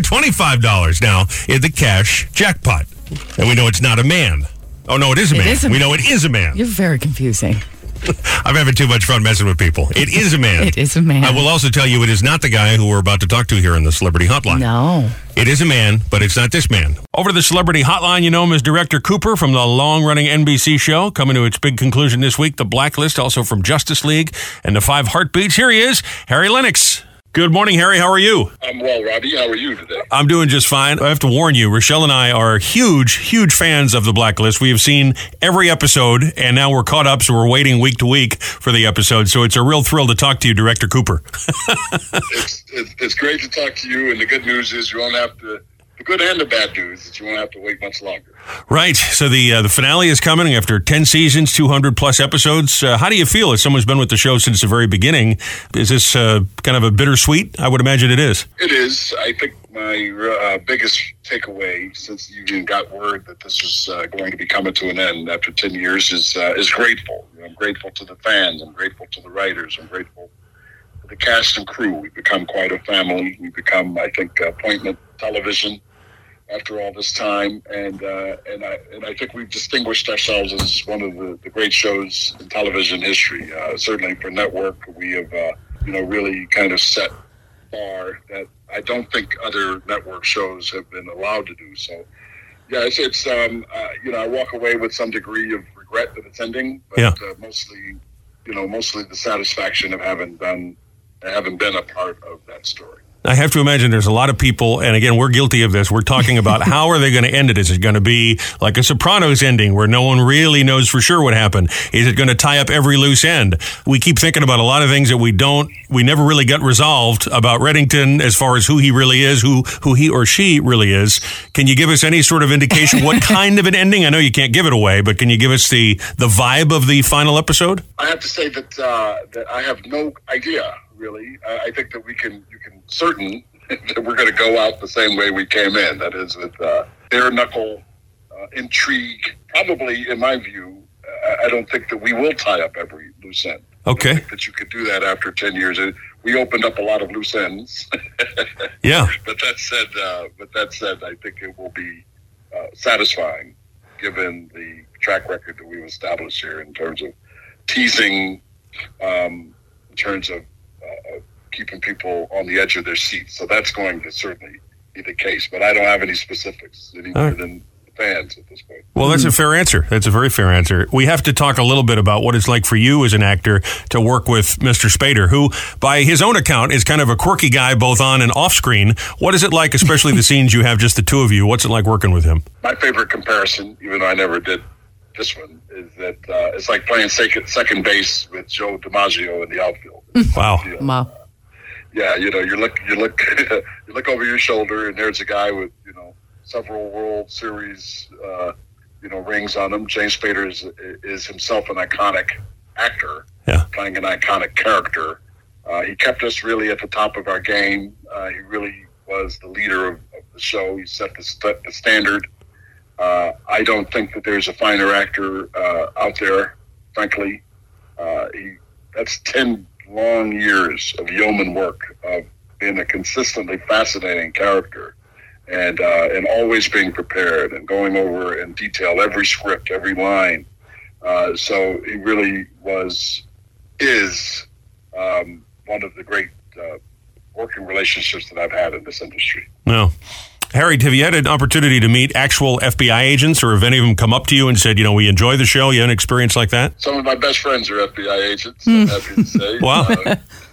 [SPEAKER 1] $225 now in the cash jackpot. And we know it's not a man. Oh, no, it is a
[SPEAKER 2] It
[SPEAKER 1] man.
[SPEAKER 2] is a
[SPEAKER 1] we
[SPEAKER 2] man.
[SPEAKER 1] know it is a man.
[SPEAKER 2] You're very confusing.
[SPEAKER 1] I'm having too much fun messing with people. It is a man.
[SPEAKER 2] It is a man.
[SPEAKER 1] I will also tell you it is not the guy who we're about to talk to here in the Celebrity Hotline.
[SPEAKER 2] No.
[SPEAKER 1] It is a man, but it's not this man. Over to the celebrity hotline, you know him as Director Cooper from the long running NBC show. Coming to its big conclusion this week, The Blacklist, also from Justice League and The Five Heartbeats. Here he is, Harry Lennox. Good morning, Harry. How are you?
[SPEAKER 15] I'm well, Robbie. How are you today?
[SPEAKER 1] I'm doing just fine. I have to warn you, Rochelle and I are huge, huge fans of The Blacklist. We have seen every episode, and now we're caught up, so we're waiting week to week for the episode. So it's a real thrill to talk to you, Director Cooper.
[SPEAKER 15] It's, it's, it's great to talk to you, and the good news is you won't have to the good and the bad news is you won't have to wait much longer.
[SPEAKER 1] Right. So the uh, the finale is coming after ten seasons, two hundred plus episodes. Uh, how do you feel as someone's been with the show since the very beginning? Is this uh, kind of a bittersweet? I would imagine it is.
[SPEAKER 15] It is. I think my uh, biggest takeaway since you got word that this was uh, going to be coming to an end after 10 years is, uh, is grateful. I'm grateful to the fans. I'm grateful to the writers. I'm grateful to the cast and crew. We've become quite a family. We've become, I think, appointment television after all this time. And, uh, and, I, and I think we've distinguished ourselves as one of the, the great shows in television history. Uh, certainly for network, we have, uh, you know, really kind of set bar that I don't think other network shows have been allowed to do. So, yeah, it's, it's um, uh, you know, I walk away with some degree of regret that it's ending, but
[SPEAKER 1] Yeah.
[SPEAKER 15] uh, mostly, you know, mostly the satisfaction of having done, having been a part of that story.
[SPEAKER 1] I have to imagine there's a lot of people, and again, we're guilty of this. We're talking about how are they going to end it? Is it going to be like a Sopranos ending where no one really knows for sure what happened? Is it going to tie up every loose end? We keep thinking about a lot of things that we don't, we never really got resolved about Reddington as far as who he really is, who who he or she really is. Can you give us any sort of indication what kind of an ending? I know you can't give it away, but can you give us the the vibe of the final episode?
[SPEAKER 15] I have to say that uh, that I have no idea really. I, I think that we can you can certain that we're going to go out the same way we came in. That is with uh, bare knuckle uh, intrigue. Probably, in my view, I, I don't think that we will tie up every loose end.
[SPEAKER 1] Okay.
[SPEAKER 15] That you could do that after ten years. And We opened up a lot of loose ends.
[SPEAKER 1] Yeah.
[SPEAKER 15] But that said, uh, but that said, I think it will be uh, satisfying, given the track record that we've established here in terms of teasing, um, in terms of uh, keeping people on the edge of their seats. So that's going to certainly be the case. But I don't have any specifics any
[SPEAKER 1] All
[SPEAKER 15] more
[SPEAKER 1] right.
[SPEAKER 15] than the fans at this point.
[SPEAKER 1] Well, that's a fair answer. That's a very fair answer. We have to talk a little bit about what it's like for you as an actor to work with Mr. Spader, who, by his own account, is kind of a quirky guy both on and off screen. What is it like, especially the scenes you have just the two of you? What's it like working with him?
[SPEAKER 15] My favorite comparison, even though I never did this one, is that uh, it's like playing second, second base with Joe DiMaggio in the outfield.
[SPEAKER 1] Wow.
[SPEAKER 2] Wow.
[SPEAKER 15] Yeah, you know, you look, you look, you look over your shoulder, and there's a guy with you know several World Series, uh, you know, rings on him. James Spader is, is himself an iconic actor, playing an iconic character. Uh, he kept us really at the top of our game. Uh, he really was the leader of, of the show. He set the, st- the standard. Uh, I don't think that there's a finer actor uh, out there, frankly. Uh, he, that's 10 long years of yeoman work, of being a consistently fascinating character and, uh, and always being prepared and going over in detail every script, every line. Uh, so he really was, is um, one of the great uh, working relationships that I've had in this industry.
[SPEAKER 1] No. Harry, have you had an opportunity to meet actual FBI agents, or have any of them come up to you and said, you know, we enjoy the show? You had an experience like that?
[SPEAKER 15] Some of my best friends are FBI agents. I'm happy to say. Uh,
[SPEAKER 1] Wow.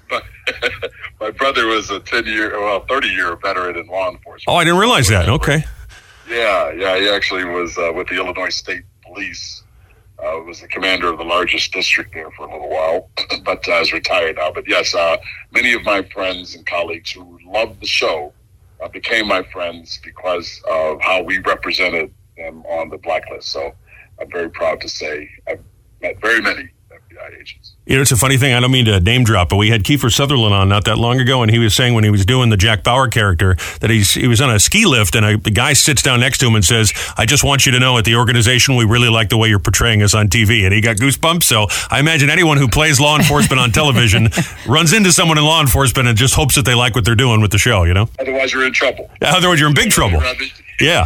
[SPEAKER 15] but my brother was a ten year, well, thirty year veteran in law enforcement.
[SPEAKER 1] Oh, I didn't realize that. Okay.
[SPEAKER 15] Yeah, yeah. He actually was uh, with the Illinois State Police. Uh, was the commander of the largest district there for a little while, but uh, is retired now. But yes, uh, many of my friends and colleagues who loved the show uh, became my friends because of how we represented them on the blacklist. So I'm very proud to say I've met very many FBI agents.
[SPEAKER 1] You know, it's a funny thing. I don't mean to name drop, but we had Kiefer Sutherland on not that long ago, and he was saying when he was doing the Jack Bauer character that he's he was on a ski lift, and a, the guy sits down next to him and says, "I just want you to know, at the organization, we really like the way you're portraying us on TV." And he got goosebumps. So I imagine anyone who plays law enforcement on television runs into someone in law enforcement and just hopes that they like what they're doing with the show. You know,
[SPEAKER 15] Otherwise, you're in trouble.
[SPEAKER 1] otherwise you're in big trouble. Yeah,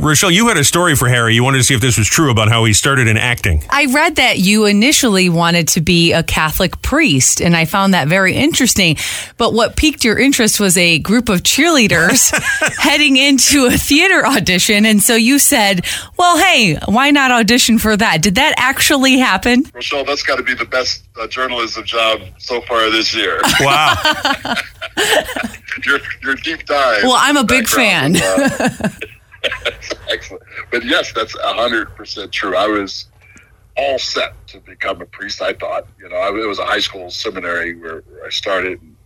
[SPEAKER 1] Rochelle, you had a story for Harry. You wanted to see if this was true about how he started in acting.
[SPEAKER 2] I read that you initially wanted to be a Catholic priest, and I found that very interesting. But what piqued your interest was a group of cheerleaders heading into a theater audition. And so you said, Well, hey, why not audition for that? Did that actually happen?
[SPEAKER 15] Rochelle, that's got to be the best uh, journalism job so far this year.
[SPEAKER 1] Wow.
[SPEAKER 15] your, your deep dive.
[SPEAKER 2] Well, I'm a big fan.
[SPEAKER 15] background, uh, excellent. But yes, that's 100% true. I was all set to become a priest, I thought. You know, I, it was a high school seminary where, where I started, and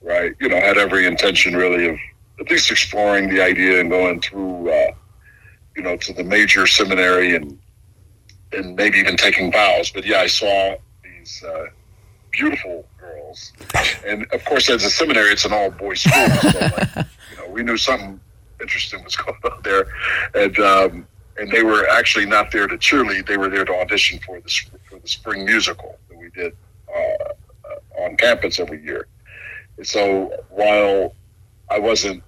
[SPEAKER 15] where I, you know, had every intention really of at least exploring the idea and going through, uh, you know, to the major seminary and and maybe even taking vows. But yeah, I saw these uh, beautiful girls, and of course, as a seminary, it's an all boys school. So, like, you know, we knew something interesting was going on there, and um, and they were actually not there to cheerlead; they were there to audition for the sp- for the spring musical that we did uh, uh, on campus every year. And so while I wasn't,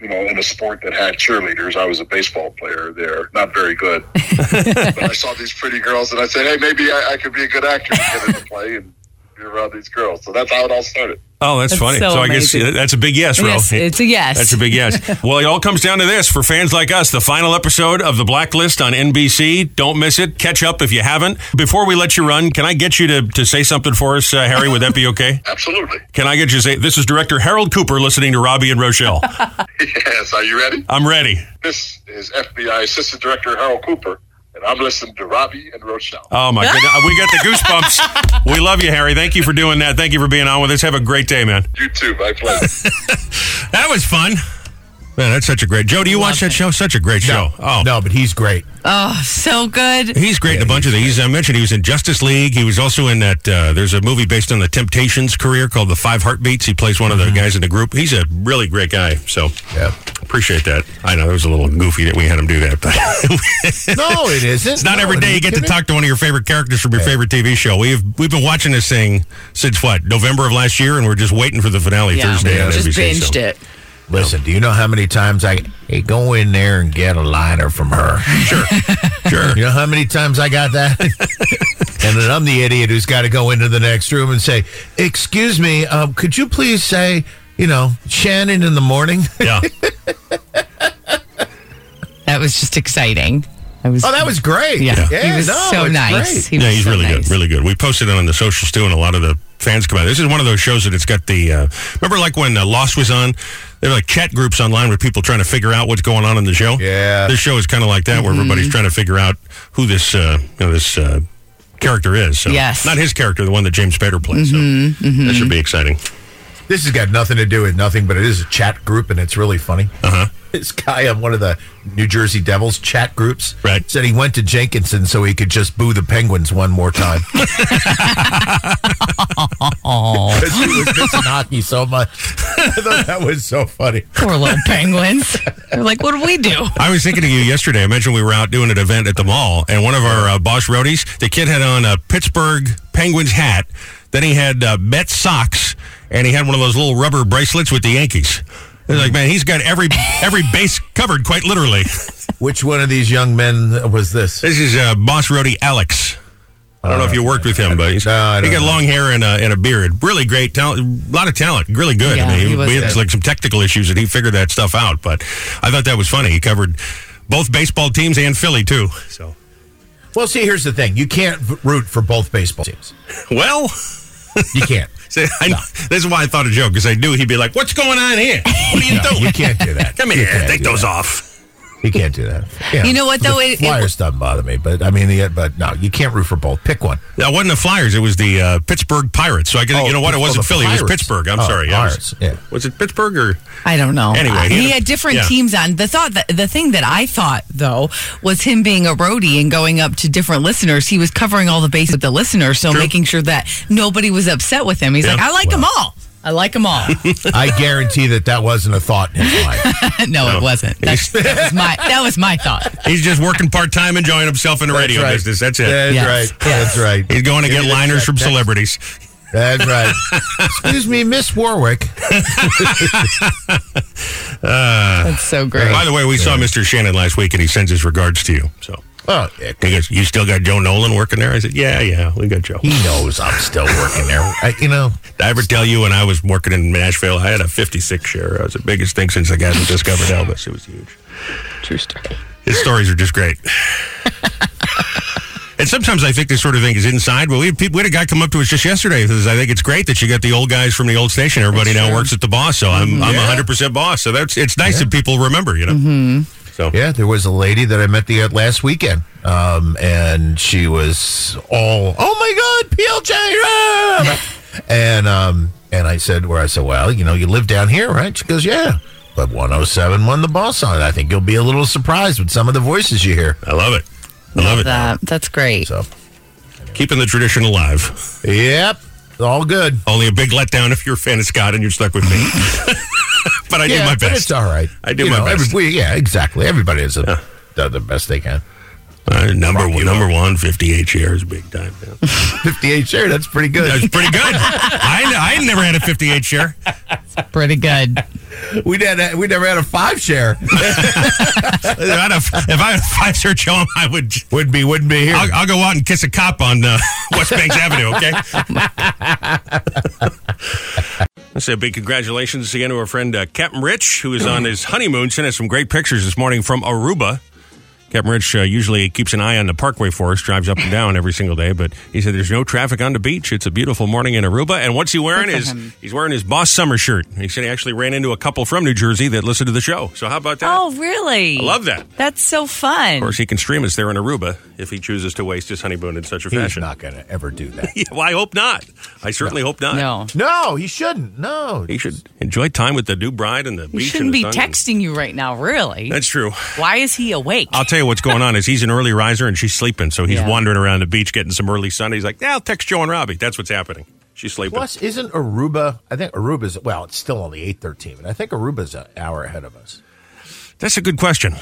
[SPEAKER 15] you know, in a sport that had cheerleaders, I was a baseball player there, not very good. but I saw these pretty girls, and I said, "Hey, maybe I, I could be a good actor and get into play and be around these girls." So that's how it all started.
[SPEAKER 1] Oh, that's,
[SPEAKER 2] That's
[SPEAKER 1] funny.
[SPEAKER 2] so
[SPEAKER 1] So, I guess
[SPEAKER 2] amazing.
[SPEAKER 1] that's a big yes, Ro.
[SPEAKER 2] Yes, it's a yes.
[SPEAKER 1] That's a big yes. well, it all comes down to this for fans like us. The final episode of The Blacklist on NBC. Don't miss it. Catch up if you haven't. Before we let you run, can I get you to, to say something for us, uh, Harry? Would that be okay?
[SPEAKER 15] Absolutely.
[SPEAKER 1] Can I get you to say, this is director Harold Cooper listening to Robbie and Rochelle.
[SPEAKER 15] yes. Are you ready?
[SPEAKER 1] I'm ready.
[SPEAKER 15] This is FBI Assistant Director Harold Cooper, and I'm listening to Robbie and Rochelle.
[SPEAKER 1] Oh, my goodness. We got the goosebumps. We love you, Harry. Thank you for doing that. Thank you for being on with us. Have a great day, man.
[SPEAKER 15] You too. My pleasure.
[SPEAKER 1] That was fun. Man, that's such a great Joe. Do you watch that show? Such a great show. Oh
[SPEAKER 3] no, but he's great.
[SPEAKER 2] Oh, so good.
[SPEAKER 1] He's great in a bunch of these. I mentioned he was in Justice League. He was also in that. Uh, there's a movie based on the Temptations career called The Five Heartbeats. He plays one of the guys in the group. He's a really great guy. So
[SPEAKER 3] yeah,
[SPEAKER 1] appreciate that. I know it was a little goofy that we had him do that, but
[SPEAKER 3] no, it isn't.
[SPEAKER 1] It's not
[SPEAKER 3] No,
[SPEAKER 1] every
[SPEAKER 3] are
[SPEAKER 1] day
[SPEAKER 3] you
[SPEAKER 1] you get
[SPEAKER 3] kidding?
[SPEAKER 1] to talk to one of your favorite characters from your favorite TV show. We've we've been watching this thing since what November of last year, and we're just waiting for the finale Thursday. on NBC, so-
[SPEAKER 2] it.
[SPEAKER 3] Listen, do you know how many times I hey go in there and get a liner from her?
[SPEAKER 1] Sure, sure.
[SPEAKER 3] You know how many times I got that, and then I'm the idiot who's got to go into the next room and say, "Excuse me, um, could you please say, you know, Shannon in the morning?"
[SPEAKER 1] Yeah.
[SPEAKER 2] That was just exciting. I was.
[SPEAKER 3] oh, that was great.
[SPEAKER 2] Yeah, he was
[SPEAKER 3] no,
[SPEAKER 16] Oh,
[SPEAKER 2] so
[SPEAKER 3] it's
[SPEAKER 2] nice.
[SPEAKER 3] great.
[SPEAKER 2] He was
[SPEAKER 1] yeah, he's
[SPEAKER 2] so
[SPEAKER 1] really
[SPEAKER 2] nice.
[SPEAKER 1] good, really good. We posted it on the socials too, and a lot of the fans come out. This is one of those shows that it's got the. Uh, remember, like when uh, Lost was on, there were like chat groups online with people trying to figure out what's going on in the show.
[SPEAKER 3] Yeah,
[SPEAKER 1] this show is kind of like that, where everybody's
[SPEAKER 2] Mm-hmm.
[SPEAKER 1] trying to figure out who this uh, you know, this uh, character is. So,
[SPEAKER 2] Yes. Mm-hmm,
[SPEAKER 1] not his character, the one that James Spader plays. So that should be exciting.
[SPEAKER 3] This has got nothing to do with nothing, but it is a chat group, and it's really funny.
[SPEAKER 1] Uh huh.
[SPEAKER 3] This guy on one of the New Jersey Devils chat groups
[SPEAKER 1] Right.
[SPEAKER 3] said he went to Jenkinson so he could just boo the Penguins one more time. Because he was missing hockey so much. I thought that was so funny.
[SPEAKER 2] Poor little penguins. They're like, what do we do?
[SPEAKER 1] I was thinking of you yesterday. I mentioned we were out doing an event at the mall, and one of our uh, boss roadies, the kid had on a Pittsburgh Penguins hat. Then he had uh, Mets socks, and he had one of those little rubber bracelets with the Yankees. It's like, man, he's got every every base covered, quite literally.
[SPEAKER 3] Which one of these young men was this?
[SPEAKER 1] This is uh, boss roadie Alex. I don't know if you worked with him, but he's,
[SPEAKER 3] Uh, I
[SPEAKER 1] he
[SPEAKER 3] don't
[SPEAKER 1] got
[SPEAKER 3] know.
[SPEAKER 1] long hair and a, and a beard. Really great talent, a lot of talent. Really good.
[SPEAKER 2] Yeah,
[SPEAKER 1] I mean,
[SPEAKER 2] he
[SPEAKER 1] he-
[SPEAKER 2] was
[SPEAKER 1] we had
[SPEAKER 2] good.
[SPEAKER 1] like some technical issues, and he figured that stuff out. But I thought that was funny. He covered both baseball teams and Philly too. So
[SPEAKER 3] Well, see, here's the thing: you can't v- root for both baseball teams.
[SPEAKER 1] well,
[SPEAKER 3] You can't.
[SPEAKER 1] see, I, this is why I thought a joke because I knew he'd be like, "What's going on here? What are you
[SPEAKER 3] No,
[SPEAKER 1] doing?
[SPEAKER 3] you can't do that.
[SPEAKER 1] Come
[SPEAKER 3] You
[SPEAKER 1] here,
[SPEAKER 3] can't
[SPEAKER 1] take
[SPEAKER 3] do
[SPEAKER 1] those
[SPEAKER 3] that.
[SPEAKER 1] off."
[SPEAKER 3] You can't do that. Yeah.
[SPEAKER 2] You know what, though?
[SPEAKER 3] The
[SPEAKER 2] It- it-
[SPEAKER 3] Flyers doesn't bother me, but I mean, the, but no, you can't root for both. Pick one.
[SPEAKER 1] That wasn't the Flyers. It was the uh, Pittsburgh Pirates. So I guess
[SPEAKER 3] Oh,
[SPEAKER 1] you know what? It
[SPEAKER 3] oh,
[SPEAKER 1] wasn't
[SPEAKER 3] the
[SPEAKER 1] Philly. It was
[SPEAKER 3] Pirates.
[SPEAKER 1] Pittsburgh. I'm
[SPEAKER 3] Oh,
[SPEAKER 1] sorry. Yeah, it was-
[SPEAKER 3] Pirates, yeah.
[SPEAKER 1] Was it Pittsburgh or?
[SPEAKER 2] I don't know.
[SPEAKER 1] Anyway,
[SPEAKER 2] Uh,
[SPEAKER 1] he had
[SPEAKER 2] he
[SPEAKER 1] a-
[SPEAKER 2] had different
[SPEAKER 1] yeah.
[SPEAKER 2] teams on. The thought, the, the thing that I thought though was him being a roadie and going up to different listeners. He was covering all the bases with the listeners, so making sure that nobody was upset with him. He's
[SPEAKER 1] Yeah.
[SPEAKER 2] like, I like them all. I like them all.
[SPEAKER 3] I guarantee that that wasn't a thought in his mind.
[SPEAKER 2] no, it wasn't. That's, that was my that was my thought.
[SPEAKER 1] He's just working part time, enjoying himself in the radio
[SPEAKER 3] right.
[SPEAKER 1] business. That's it.
[SPEAKER 3] That's
[SPEAKER 2] Yes.
[SPEAKER 3] right. That's right.
[SPEAKER 1] He's going to
[SPEAKER 3] Give
[SPEAKER 1] get
[SPEAKER 3] me the
[SPEAKER 1] liners
[SPEAKER 3] check.
[SPEAKER 1] from
[SPEAKER 3] That's-
[SPEAKER 1] celebrities.
[SPEAKER 3] That's right. Excuse me, Miss Warwick.
[SPEAKER 2] That's so great.
[SPEAKER 1] By the way, we saw Mr. Shannon last week, and he sends his regards to you. So
[SPEAKER 3] Oh, yeah,
[SPEAKER 1] he goes, "You still got Joe Nolan working there?" I said, "Yeah, yeah, we got Joe."
[SPEAKER 3] he knows I'm still working there. I, you know,
[SPEAKER 1] Did I ever tell you when I was working in Nashville, I had a 56 share. I was the biggest thing since the guys who discovered Elvis. It was huge.
[SPEAKER 9] True story.
[SPEAKER 1] His stories are just great. And sometimes I think this sort of thing is inside. But we had, people, we had a guy come up to us just yesterday. He says, I think it's great that you got the old guys from the old station. Everybody now works at the boss, so I'm I'm 100 percent boss. So that's it's nice that people remember. You know, so
[SPEAKER 3] yeah, there was a lady that I met the uh, last weekend, um, and she was all, "Oh my God, PLJ!" ah!" and um, and I said, "Where I said, well, you know, you live down here, right?" She goes, "Yeah." But 107 won the boss on it. I think you'll be a little surprised with some of the voices you hear.
[SPEAKER 1] I love it. I love, it.
[SPEAKER 2] that. That's great.
[SPEAKER 3] So,
[SPEAKER 1] Keeping the tradition alive.
[SPEAKER 3] Yep. All good.
[SPEAKER 1] Only a big letdown if you're a fan of Scott and you're stuck with me. but I did
[SPEAKER 3] Yeah,
[SPEAKER 1] my
[SPEAKER 3] but
[SPEAKER 1] best.
[SPEAKER 3] it's all right.
[SPEAKER 1] I did
[SPEAKER 3] You
[SPEAKER 1] my
[SPEAKER 3] know, every-
[SPEAKER 1] best.
[SPEAKER 3] we- yeah, exactly. Everybody is a, the, the best they can.
[SPEAKER 1] Uh, number one, number one, 58 shares, big time. yeah.
[SPEAKER 3] 58 share, that's pretty good.
[SPEAKER 1] That's pretty good. I, I never had a 58 share.
[SPEAKER 2] Pretty good.
[SPEAKER 3] we never we never had a five share.
[SPEAKER 1] if I had a, if I had a five share show, I would.
[SPEAKER 3] Wouldn't be, wouldn't be here.
[SPEAKER 1] I'll, I'll go out and kiss a cop on uh, West Banks Avenue, okay? Let's say a big congratulations again to our friend uh, Captain Rich, who is on his honeymoon. Sent us some great pictures this morning from Aruba. Captain Rich uh, usually keeps an eye on the parkway for us, drives up and down every single day, but he said there's no traffic on the beach. It's a beautiful morning in Aruba. And what's he wearing
[SPEAKER 2] Good for
[SPEAKER 1] is
[SPEAKER 2] him.
[SPEAKER 1] he's wearing his boss summer shirt. He said he actually ran into a couple from New Jersey that listened to the show. So how about that?
[SPEAKER 2] Oh, really?
[SPEAKER 1] I love that.
[SPEAKER 2] That's so fun.
[SPEAKER 1] Of course, he can stream us there in Aruba if he chooses to waste his honeymoon in such a
[SPEAKER 3] He's
[SPEAKER 1] fashion.
[SPEAKER 3] not going to ever do that.
[SPEAKER 1] Yeah, well, I hope not. I certainly hope not.
[SPEAKER 2] No.
[SPEAKER 3] No, he shouldn't. No.
[SPEAKER 1] He should enjoy time with the new bride and the
[SPEAKER 2] He
[SPEAKER 1] beach.
[SPEAKER 2] shouldn't
[SPEAKER 1] and the sun.
[SPEAKER 2] be texting you right now, really.
[SPEAKER 1] That's true.
[SPEAKER 2] Why is he awake?
[SPEAKER 1] I'll tell you what's going on is he's an early riser and she's sleeping, so he's
[SPEAKER 2] Yeah.
[SPEAKER 1] wandering around the beach getting some early sun. He's like, "Yeah, I'll text Joe and Robbie." That's what's happening. She's sleeping.
[SPEAKER 3] Plus, isn't Aruba? I think Aruba's well. It's still only eight thirteen, but I think Aruba's an hour ahead of us.
[SPEAKER 1] That's a good question.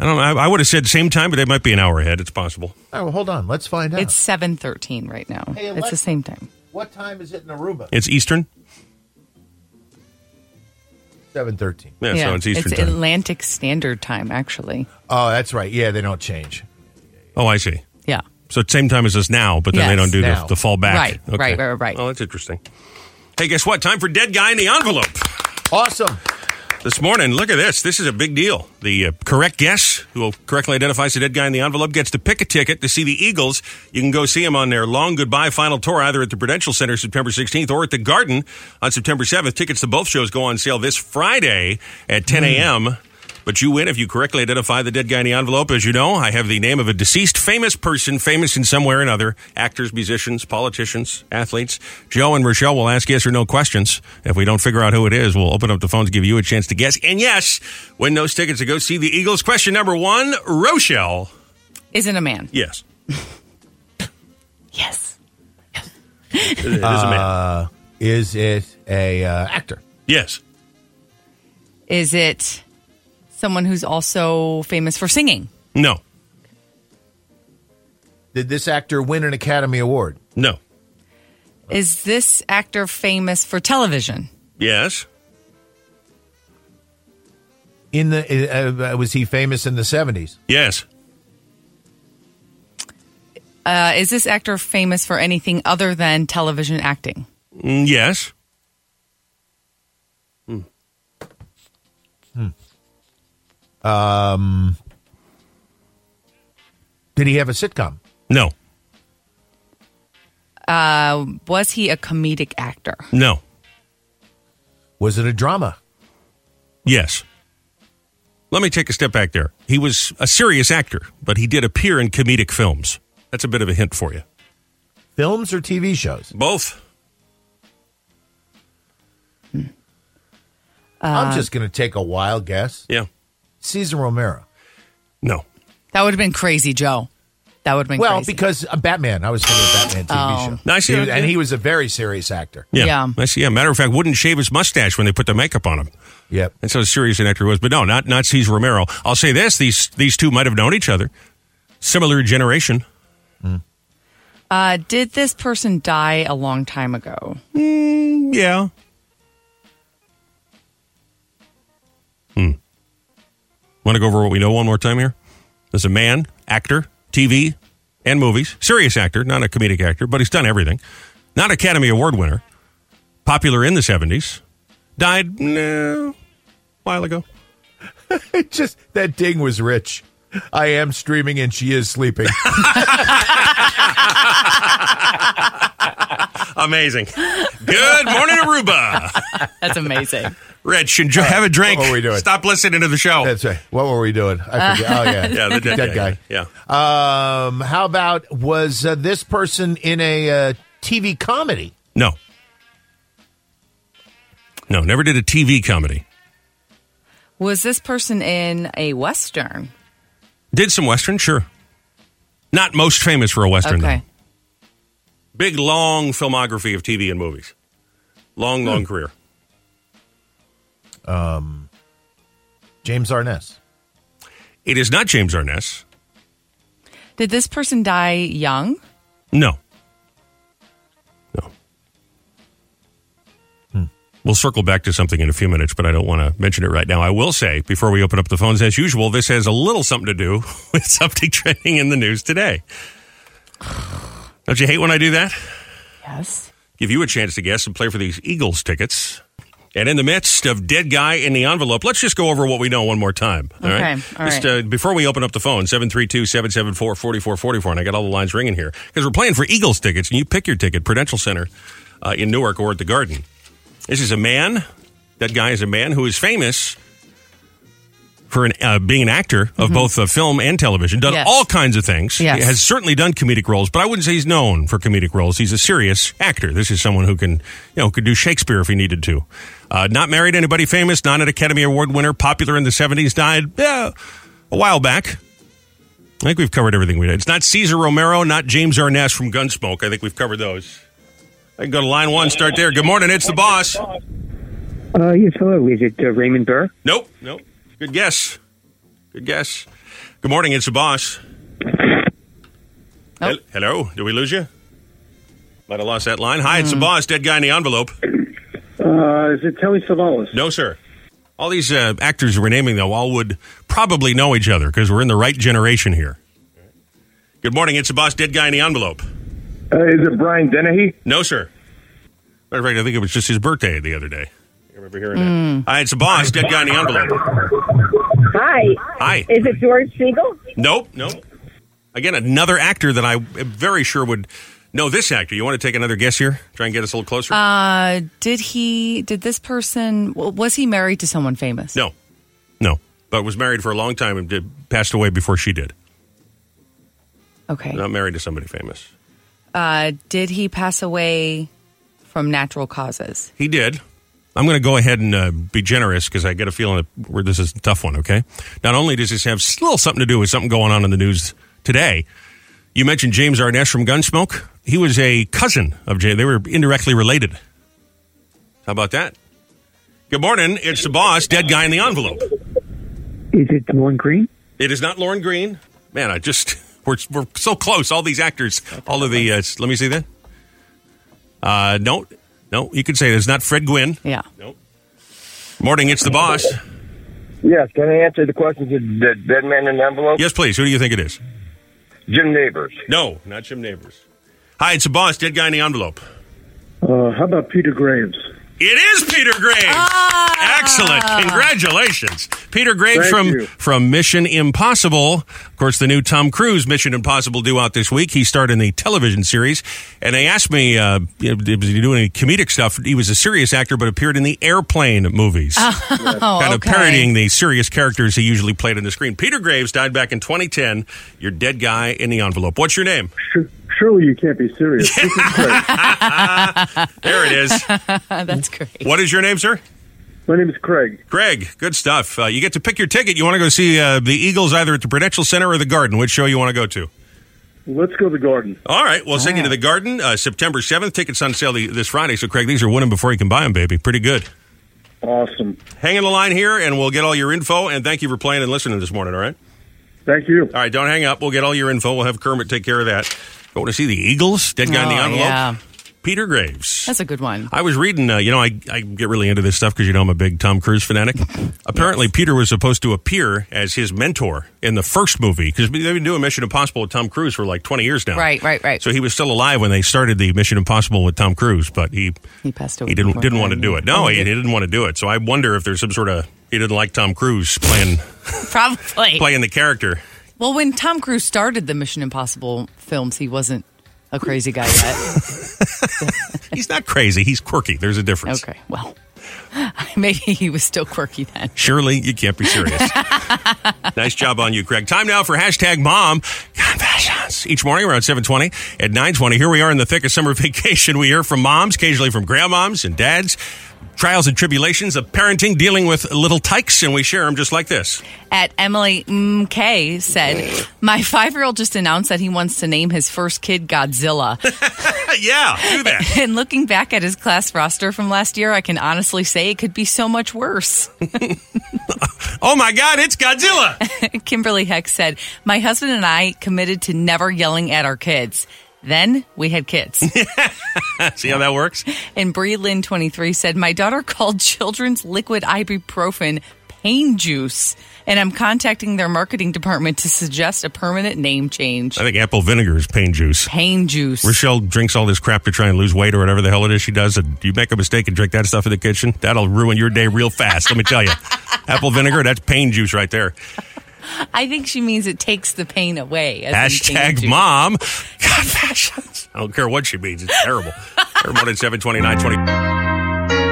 [SPEAKER 1] I don't know. I, I would have said same time, but they might be an hour ahead. It's possible.
[SPEAKER 3] All right, well, hold on. Let's find out.
[SPEAKER 2] It's seven thirteen right now.
[SPEAKER 3] Hey,
[SPEAKER 2] it's
[SPEAKER 3] Alexa-
[SPEAKER 2] the same time.
[SPEAKER 3] what time is it in Aruba?
[SPEAKER 1] It's Eastern.
[SPEAKER 3] Seven thirteen.
[SPEAKER 1] Yeah, so it's Eastern time.
[SPEAKER 2] Atlantic Standard Time, actually.
[SPEAKER 3] Oh, that's right. Yeah, they don't change.
[SPEAKER 1] oh, I see.
[SPEAKER 2] Yeah.
[SPEAKER 1] So it's same time as us now, but then they
[SPEAKER 2] Yes.
[SPEAKER 1] don't do
[SPEAKER 3] Now.
[SPEAKER 1] the, the fall back.
[SPEAKER 2] Right,
[SPEAKER 1] Okay.
[SPEAKER 2] right, right, right.
[SPEAKER 1] Oh, that's interesting. Hey, guess what? Time for Dead Guy in the Envelope.
[SPEAKER 3] Awesome.
[SPEAKER 1] This morning, look at this. This is a big deal. The uh, correct guess, who correctly identifies the dead guy in the envelope, gets to pick a ticket to see the Eagles. You can go see them on their long goodbye final tour, either at the Prudential Center September 16th or at the Garden on September 7th. Tickets to both shows go on sale this Friday at 10 a.m. But you win if you correctly identify the dead guy in the envelope. As you know, I have the name of a deceased famous person, famous in some way or another actors, musicians, politicians, athletes. Joe and Rochelle will ask yes or no questions. If we don't figure out who it is, we'll open up the phones, give you a chance to guess. And yes, win those tickets to go see the Eagles. Question number one Rochelle.
[SPEAKER 2] Isn't a man.
[SPEAKER 1] Yes.
[SPEAKER 2] Yes.
[SPEAKER 1] It is a man.
[SPEAKER 3] Uh, is it a uh, actor?
[SPEAKER 1] Yes.
[SPEAKER 2] Is it someone who's also famous for singing?
[SPEAKER 1] No.
[SPEAKER 3] Did this actor win an Academy Award?
[SPEAKER 1] No.
[SPEAKER 2] Is this actor famous for television?
[SPEAKER 1] Yes.
[SPEAKER 3] In the uh, uh, was he famous in the seventies?
[SPEAKER 1] Yes.
[SPEAKER 2] Uh, is this actor famous for anything other than television acting?
[SPEAKER 1] Mm, Yes.
[SPEAKER 3] Um, did he have a sitcom?
[SPEAKER 1] No.
[SPEAKER 2] Uh, was he a comedic actor?
[SPEAKER 1] No.
[SPEAKER 3] Was it a drama?
[SPEAKER 1] Yes. Let me take a step back there. He was a serious actor, but he did appear in comedic films. That's a bit of a hint for you.
[SPEAKER 3] Films or TV shows?
[SPEAKER 1] Both.
[SPEAKER 3] I'm just going to take a wild guess.
[SPEAKER 1] Yeah.
[SPEAKER 3] Caesar Romero.
[SPEAKER 1] No.
[SPEAKER 2] That would have been crazy, Joe. That would have been
[SPEAKER 3] Well,
[SPEAKER 2] crazy.
[SPEAKER 3] because uh, Batman, I was thinking of Batman TV show.
[SPEAKER 1] Nice,
[SPEAKER 3] He was-
[SPEAKER 1] yeah.
[SPEAKER 3] and he was a very serious actor.
[SPEAKER 1] Yeah.
[SPEAKER 2] Yeah.
[SPEAKER 1] I see. Yeah. Matter of fact, wouldn't shave his mustache when they put the makeup on him.
[SPEAKER 3] Yep.
[SPEAKER 1] That's how serious an actor he was. But no, not not Cesar Romero. I'll say this: these these two might have known each other, similar generation.
[SPEAKER 2] uh, did this person die a long time ago?
[SPEAKER 1] Yeah. Hmm. Want to go over what we know one more time here? There's a man, actor, TV, and movies. Serious actor, not a comedic actor, but he's done everything. Not Academy Award winner. Popular in the 70s. Died nah, a while ago.
[SPEAKER 3] It just that ding was rich. I am streaming and she is sleeping.
[SPEAKER 1] Amazing. Good morning, Aruba.
[SPEAKER 2] That's amazing.
[SPEAKER 1] Rich, enjoy, have a drink.
[SPEAKER 3] What were we doing?
[SPEAKER 1] Stop listening to the show.
[SPEAKER 3] That's right. What were we doing? I forget. Oh yeah,
[SPEAKER 1] yeah, the dead, guy.
[SPEAKER 3] guy.
[SPEAKER 1] Yeah.
[SPEAKER 3] Um, how about was uh, this person in a uh, TV comedy?
[SPEAKER 1] No. No, never did a TV comedy.
[SPEAKER 2] Was this person in a Western?
[SPEAKER 1] Did some Western, sure. Not most famous for a Western,
[SPEAKER 2] okay.
[SPEAKER 1] though. Big, long filmography of TV and movies. Long, long career.
[SPEAKER 3] Um, James Arness.
[SPEAKER 1] It is not James Arness.
[SPEAKER 2] Did this person die young?
[SPEAKER 1] No. No. We'll circle back to something in a few minutes, but I don't want to mention it right now. I will say, before we open up the phones, as usual, this has a little something to do with something trending in the news today. Don't you hate when I do that?
[SPEAKER 2] Yes.
[SPEAKER 1] Give you a chance to guess and play for these Eagles tickets. And in the midst of dead guy in the envelope, let's just go over what we know one more time. All
[SPEAKER 2] Okay,
[SPEAKER 1] right.
[SPEAKER 2] all
[SPEAKER 1] Just, uh, before we open up the phone, 732 774 4444. And I got all the lines ringing here because we're playing for Eagles tickets. And you pick your ticket, Prudential Center uh, in Newark or at the Garden. This is a man. That guy is a man who is famous for an, uh, being an actor of both uh, film and television, done
[SPEAKER 2] Mm-hmm. Yes.
[SPEAKER 1] all kinds of things.
[SPEAKER 2] Yes.
[SPEAKER 1] He has certainly done comedic roles, but I wouldn't say he's known for comedic roles. He's a serious actor. This is someone who can, you know, could do Shakespeare if he needed to. Uh, not married to anybody famous, not an Academy Award winner, popular in the 70s, died yeah, a while back. I think we've covered everything we did. It's not Caesar Romero, not James Arness from Gunsmoke. I think we've covered those. I can go to line one, start there. Good morning, it's the boss.
[SPEAKER 17] Uh, yes, hello. Is it uh, Raymond Burr?
[SPEAKER 1] Nope, nope. Good guess. Good guess. Good morning, it's the boss. Hel- Hello, did we lose you? Might have lost that line. Hi, it's the boss. Dead guy in the envelope.
[SPEAKER 16] Uh, is it Telly Savalas?
[SPEAKER 1] No, sir. All these uh, actors we're naming, though, all would probably know each other because we're in the right generation here. Good morning, it's the boss. Dead guy in the envelope.
[SPEAKER 16] Uh, is it Brian Dennehy?
[SPEAKER 1] No, sir. Matter of fact, I think it was just his birthday the other day. I remember hearing that. Hi, it's the boss. Dead guy in the envelope.
[SPEAKER 18] Hi.
[SPEAKER 1] Hi.
[SPEAKER 18] Is it George Siegel?
[SPEAKER 1] Nope, nope. Again, another actor that I am very sure would know this actor. You want to take another guess here? Try and get us a little closer?
[SPEAKER 2] Uh, did he? Did this person? w- Was he married to someone famous?
[SPEAKER 1] no. No. But was married for a long time and did, passed away before she did.
[SPEAKER 2] Okay.
[SPEAKER 1] Not married to somebody famous.
[SPEAKER 2] Uh, did he pass away from natural causes?
[SPEAKER 1] He did. I'm going to go ahead and uh, be generous because I get a feeling that where this is a tough one, okay? Not only does this have a little something to do with something going on in the news today, you mentioned James Arness from Gunsmoke. He was a cousin of Jay. They were indirectly related. How about that? Good morning. It's the boss, dead guy in the envelope.
[SPEAKER 17] Is it Lauren Green?
[SPEAKER 1] It is not Lauren Green. Man, I just we're we're so close. All these actors, all of the. Uh, s- let me see that. Uh, no, no, you could say it's not Fred Gwynn.
[SPEAKER 2] Yeah.
[SPEAKER 1] Nope. Morning, it's the boss.
[SPEAKER 16] Yes. Can I answer the question to the dead man in the envelope?
[SPEAKER 1] Yes, please. Who do you think it is?
[SPEAKER 16] Jim Neighbors.
[SPEAKER 1] No, not Jim Neighbors. Hi, it's the boss. Dead guy in the envelope.
[SPEAKER 16] Uh, how about Peter Graves?
[SPEAKER 1] It is Peter Graves.
[SPEAKER 2] Ah.
[SPEAKER 1] Excellent. Congratulations. Peter Graves
[SPEAKER 16] Thank
[SPEAKER 1] from
[SPEAKER 16] you.
[SPEAKER 1] from Mission Impossible. Of course, the new Tom Cruise Mission Impossible due out this week. He starred in the television series. And they asked me, uh, you know, was he doing any comedic stuff? He was a serious actor, but appeared in the airplane movies.
[SPEAKER 2] Oh,
[SPEAKER 1] Kind of
[SPEAKER 2] okay.
[SPEAKER 1] parodying the serious characters he usually played on the screen. Peter Graves died back in 2010. Your dead guy in the envelope. What's your name?
[SPEAKER 16] Surely you can't be serious. This is great.
[SPEAKER 1] There it is.
[SPEAKER 2] That's great.
[SPEAKER 1] What is your name, sir?
[SPEAKER 16] My name is Craig.
[SPEAKER 1] Craig, good stuff. Uh, you get to pick your ticket. You want to go see uh, the Eagles either at the Prudential Center or the Garden. Which show you want to go to?
[SPEAKER 16] Let's go to the garden.
[SPEAKER 1] All right, we'll send you to the Garden uh, September 7th. Tickets on sale the, this Friday. So, Craig, these are winning before you can buy them, baby. Pretty good.
[SPEAKER 16] Awesome.
[SPEAKER 1] Hang in the line here, and we'll get all your info. And thank you for playing and listening this morning, all right?
[SPEAKER 16] Thank you.
[SPEAKER 1] All right, don't hang up. We'll get all your info. We'll have Kermit take care of that. Going to see the Eagles? Dead guy in the
[SPEAKER 2] Oh,
[SPEAKER 1] envelope?
[SPEAKER 2] yeah.
[SPEAKER 1] Peter Graves.
[SPEAKER 2] That's a good one.
[SPEAKER 1] I was reading, uh, you know, I, I get really into this stuff because you know I'm a big Tom Cruise fanatic. Apparently, Peter was supposed to appear as his mentor in the first movie because they've been doing Mission Impossible with Tom Cruise for like 20 years now.
[SPEAKER 2] Right, right, right.
[SPEAKER 1] So he was still alive when they started the Mission Impossible with Tom Cruise, but he
[SPEAKER 2] he passed away.
[SPEAKER 1] he didn't
[SPEAKER 2] before
[SPEAKER 1] didn't want to
[SPEAKER 2] then.
[SPEAKER 1] do it. No, he, he didn't want to do it. So I wonder if there's some sort of he didn't like Tom Cruise playing
[SPEAKER 2] Probably.
[SPEAKER 1] playing the character.
[SPEAKER 2] Well, when Tom Cruise started the Mission Impossible films, he wasn't a crazy guy yet.
[SPEAKER 1] He's not crazy. He's quirky. There's a difference.
[SPEAKER 2] okay. Well, maybe he was still quirky then.
[SPEAKER 1] Surely you can't be serious. nice job on you, Craig. Time now for hashtag mom confessions. Each morning around 720 at 920. Here we are in the thick of summer vacation. We hear from moms, occasionally from grandmoms and dads. trials and tribulations of parenting, dealing with little tykes, and we share them just like this.
[SPEAKER 2] At Emily MK said, My five year old just announced that he wants to name his first kid Godzilla.
[SPEAKER 1] yeah, do that.
[SPEAKER 2] and looking back at his class roster from last year, I can honestly say it could be so much worse.
[SPEAKER 1] Oh my God, it's Godzilla.
[SPEAKER 2] Kimberly Heck said, My husband and I committed to never yelling at our kids. Then we had kids.
[SPEAKER 1] See how that works?
[SPEAKER 2] and Bree Lynn 23 said, My daughter called children's liquid ibuprofen pain juice, and I'm contacting their marketing department to suggest a permanent name change.
[SPEAKER 1] I think apple vinegar is pain juice.
[SPEAKER 2] Pain juice.
[SPEAKER 1] Rochelle drinks all this crap to try and lose weight or whatever the hell it is she does. And you make a mistake and drink that stuff in the kitchen, that'll ruin your day real fast. Let me tell you. Apple vinegar, that's pain juice right there.
[SPEAKER 2] I think she means it takes the pain away. as in pain
[SPEAKER 1] Hashtag
[SPEAKER 2] juice.
[SPEAKER 1] mom. God, fashions. I don't care what she means. It's terrible. Every morning, 729, 20.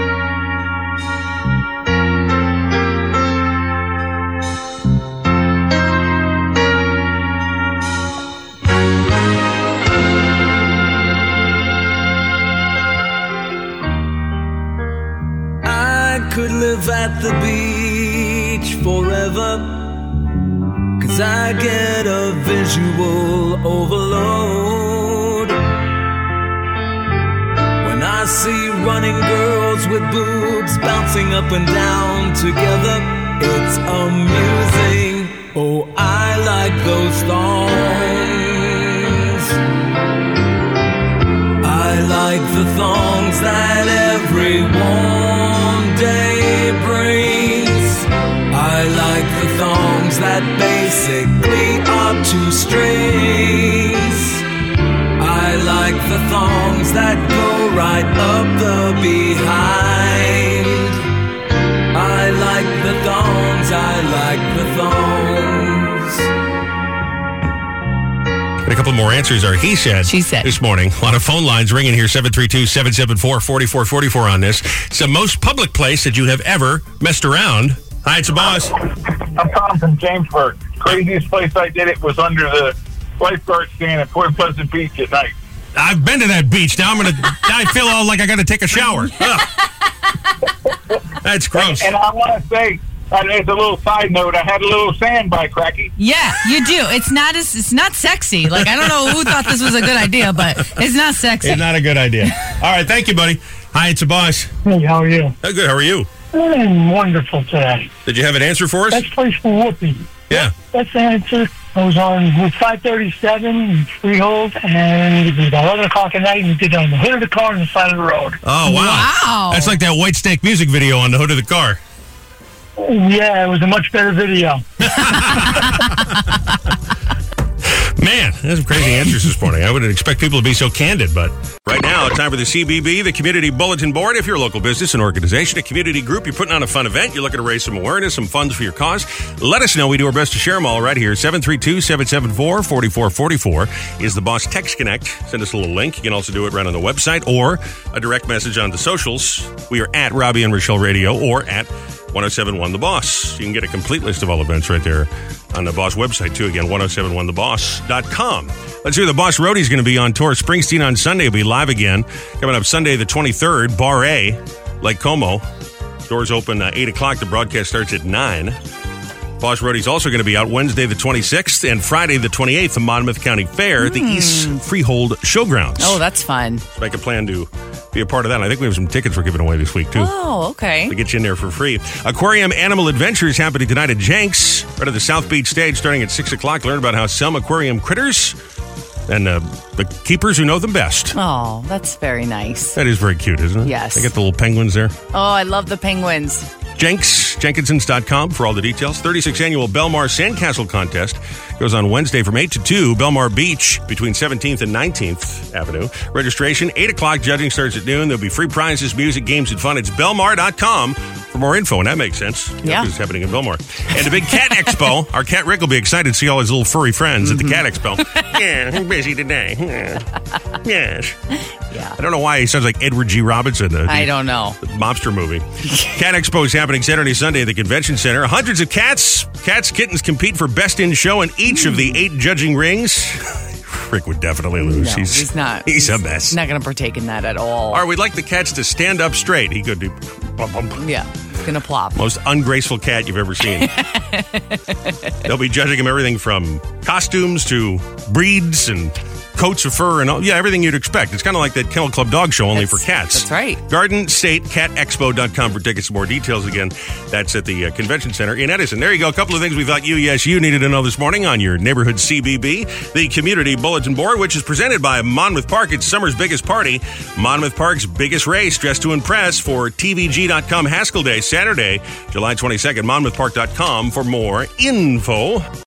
[SPEAKER 7] I could live at the beach forever. Cause I get a visual overload. When I see running girls with boobs bouncing up and down together, it's amusing. Oh, I like those thongs. I like the thongs that every warm day brings. I like the thongs that basically are two strings. I like the thongs that go right up the behind. I like the thongs, I like the thongs.
[SPEAKER 1] And a couple more answers are he said. She said. This morning. A lot of phone lines ringing here 732 774 4444 on this. It's the most public place that you have ever messed around. Hi, it's a boss.
[SPEAKER 19] I'm Tom from Jamesburg. Craziest place I did it was under the lifeguard stand at Point Pleasant Beach at night.
[SPEAKER 1] I've been to that beach. Now I'm going to. I feel all like I got to take a shower. Ugh. That's gross.
[SPEAKER 19] And I want to say, and as a little side note, I had a little sand by Cracky.
[SPEAKER 2] Yeah, you do. It's not as it's not sexy. Like I don't know who thought this was a good idea, but it's not sexy.
[SPEAKER 1] It's not a good idea. All right. Thank you, buddy. Hi, it's a boss.
[SPEAKER 10] Hey, how are you?
[SPEAKER 1] Oh, good. How are you?
[SPEAKER 10] Mm, wonderful today.
[SPEAKER 1] Did you have an answer for us?
[SPEAKER 10] Best place for whoopee.
[SPEAKER 1] Yeah.
[SPEAKER 10] That's the answer. I was on Route 537 in Freehold, and it was about 11 o'clock at night, and we did it on the hood of the car on the side of the road.
[SPEAKER 1] Oh, wow. That's like that White Snake music video on the hood of the car.
[SPEAKER 10] Oh, Yeah, it was a much better video.
[SPEAKER 1] Man, that's some crazy answers this morning. I wouldn't expect people to be so candid, but right now it's time for the CBB, the Community Bulletin Board. If you're a local business, an organization, a community group, you're putting on a fun event, you're looking to raise some awareness, some funds for your cause, let us know. We do our best to share them all right here. 732-774-4444 is the Boss Text Connect. Send us a little link. You can also do it right on the website or a direct message on the socials. We are at Robbie and Rochelle Radio or at 1071 The Boss. You can get a complete list of all events right there on the Boss website, too. Again, 1071theboss.com. Let's hear the Boss Roadie's going to be on tour. Springsteen on Sunday will be live again. Coming up Sunday, the 23rd, Bar A, Lake Como. Doors open uh, 8 o'clock. The broadcast starts at 9. Boss Roadie's also going to be out Wednesday the 26th and Friday the 28th at Monmouth County Fair at the
[SPEAKER 2] Hmm.
[SPEAKER 1] East Freehold Showgrounds.
[SPEAKER 2] Oh, that's fun.
[SPEAKER 1] So make a plan to be a part of that. And I think we have some tickets we're giving away this week, too.
[SPEAKER 2] Oh, okay.
[SPEAKER 1] To get you in there for free. Aquarium Animal Adventures happening tonight at Jenks, right at the South Beach stage, starting at 6 o'clock. Learn about how some aquarium critters and uh, the keepers who know them best.
[SPEAKER 2] Oh, that's very nice.
[SPEAKER 1] That is very cute, isn't it?
[SPEAKER 2] Yes.
[SPEAKER 1] They get the little penguins there.
[SPEAKER 2] Oh, I love the penguins.
[SPEAKER 1] Jenks, Jenkinsons.com for all the details. 36th annual Belmar Sandcastle Contest goes on Wednesday from 8 to 2, Belmar Beach between 17th and 19th Avenue. Registration 8 o'clock, judging starts at noon. There'll be free prizes, music, games, and fun. It's belmar.com for more info, and that makes sense.
[SPEAKER 2] Yeah.
[SPEAKER 1] It's happening in Belmar. And the big cat expo. Our cat Rick will be excited to see all his little furry friends at the cat expo. yeah, I'm busy today. Yeah. Yes.
[SPEAKER 2] Yeah.
[SPEAKER 1] I don't know why he sounds like Edward G. Robinson. uh,
[SPEAKER 2] I don't know.
[SPEAKER 1] the mobster movie. Cat Expo is happening Saturday, Sunday at the Convention Center. Hundreds of cats, cats, kittens compete for best in show in each of the eight judging rings. Rick would definitely lose.
[SPEAKER 2] No, he's, not.
[SPEAKER 1] He's, a mess.
[SPEAKER 2] Not going to partake in that at all.
[SPEAKER 1] All right, we'd like the cats to stand up straight. He could do. bump, bump.
[SPEAKER 2] Yeah, it's going to plop.
[SPEAKER 1] Most ungraceful cat you've ever seen. They'll be judging him everything from costumes to breeds and coats of fur and all, yeah, everything you'd expect. It's kind of like that Kennel Club dog show only for cats.
[SPEAKER 2] That's right.
[SPEAKER 1] GardenStateCatExpo.com for tickets and more details. Again, that's at the uh, Convention Center in Edison. There you go. A couple of things we thought you, yes, you needed to know this morning on your neighborhood CBB, the Community Bulletin Board, which is presented by Monmouth Park. It's summer's biggest party. Monmouth Park's biggest race, Dress to Impress, for TVG.com Haskell Day, Saturday, July 22nd. MonmouthPark.com for more info.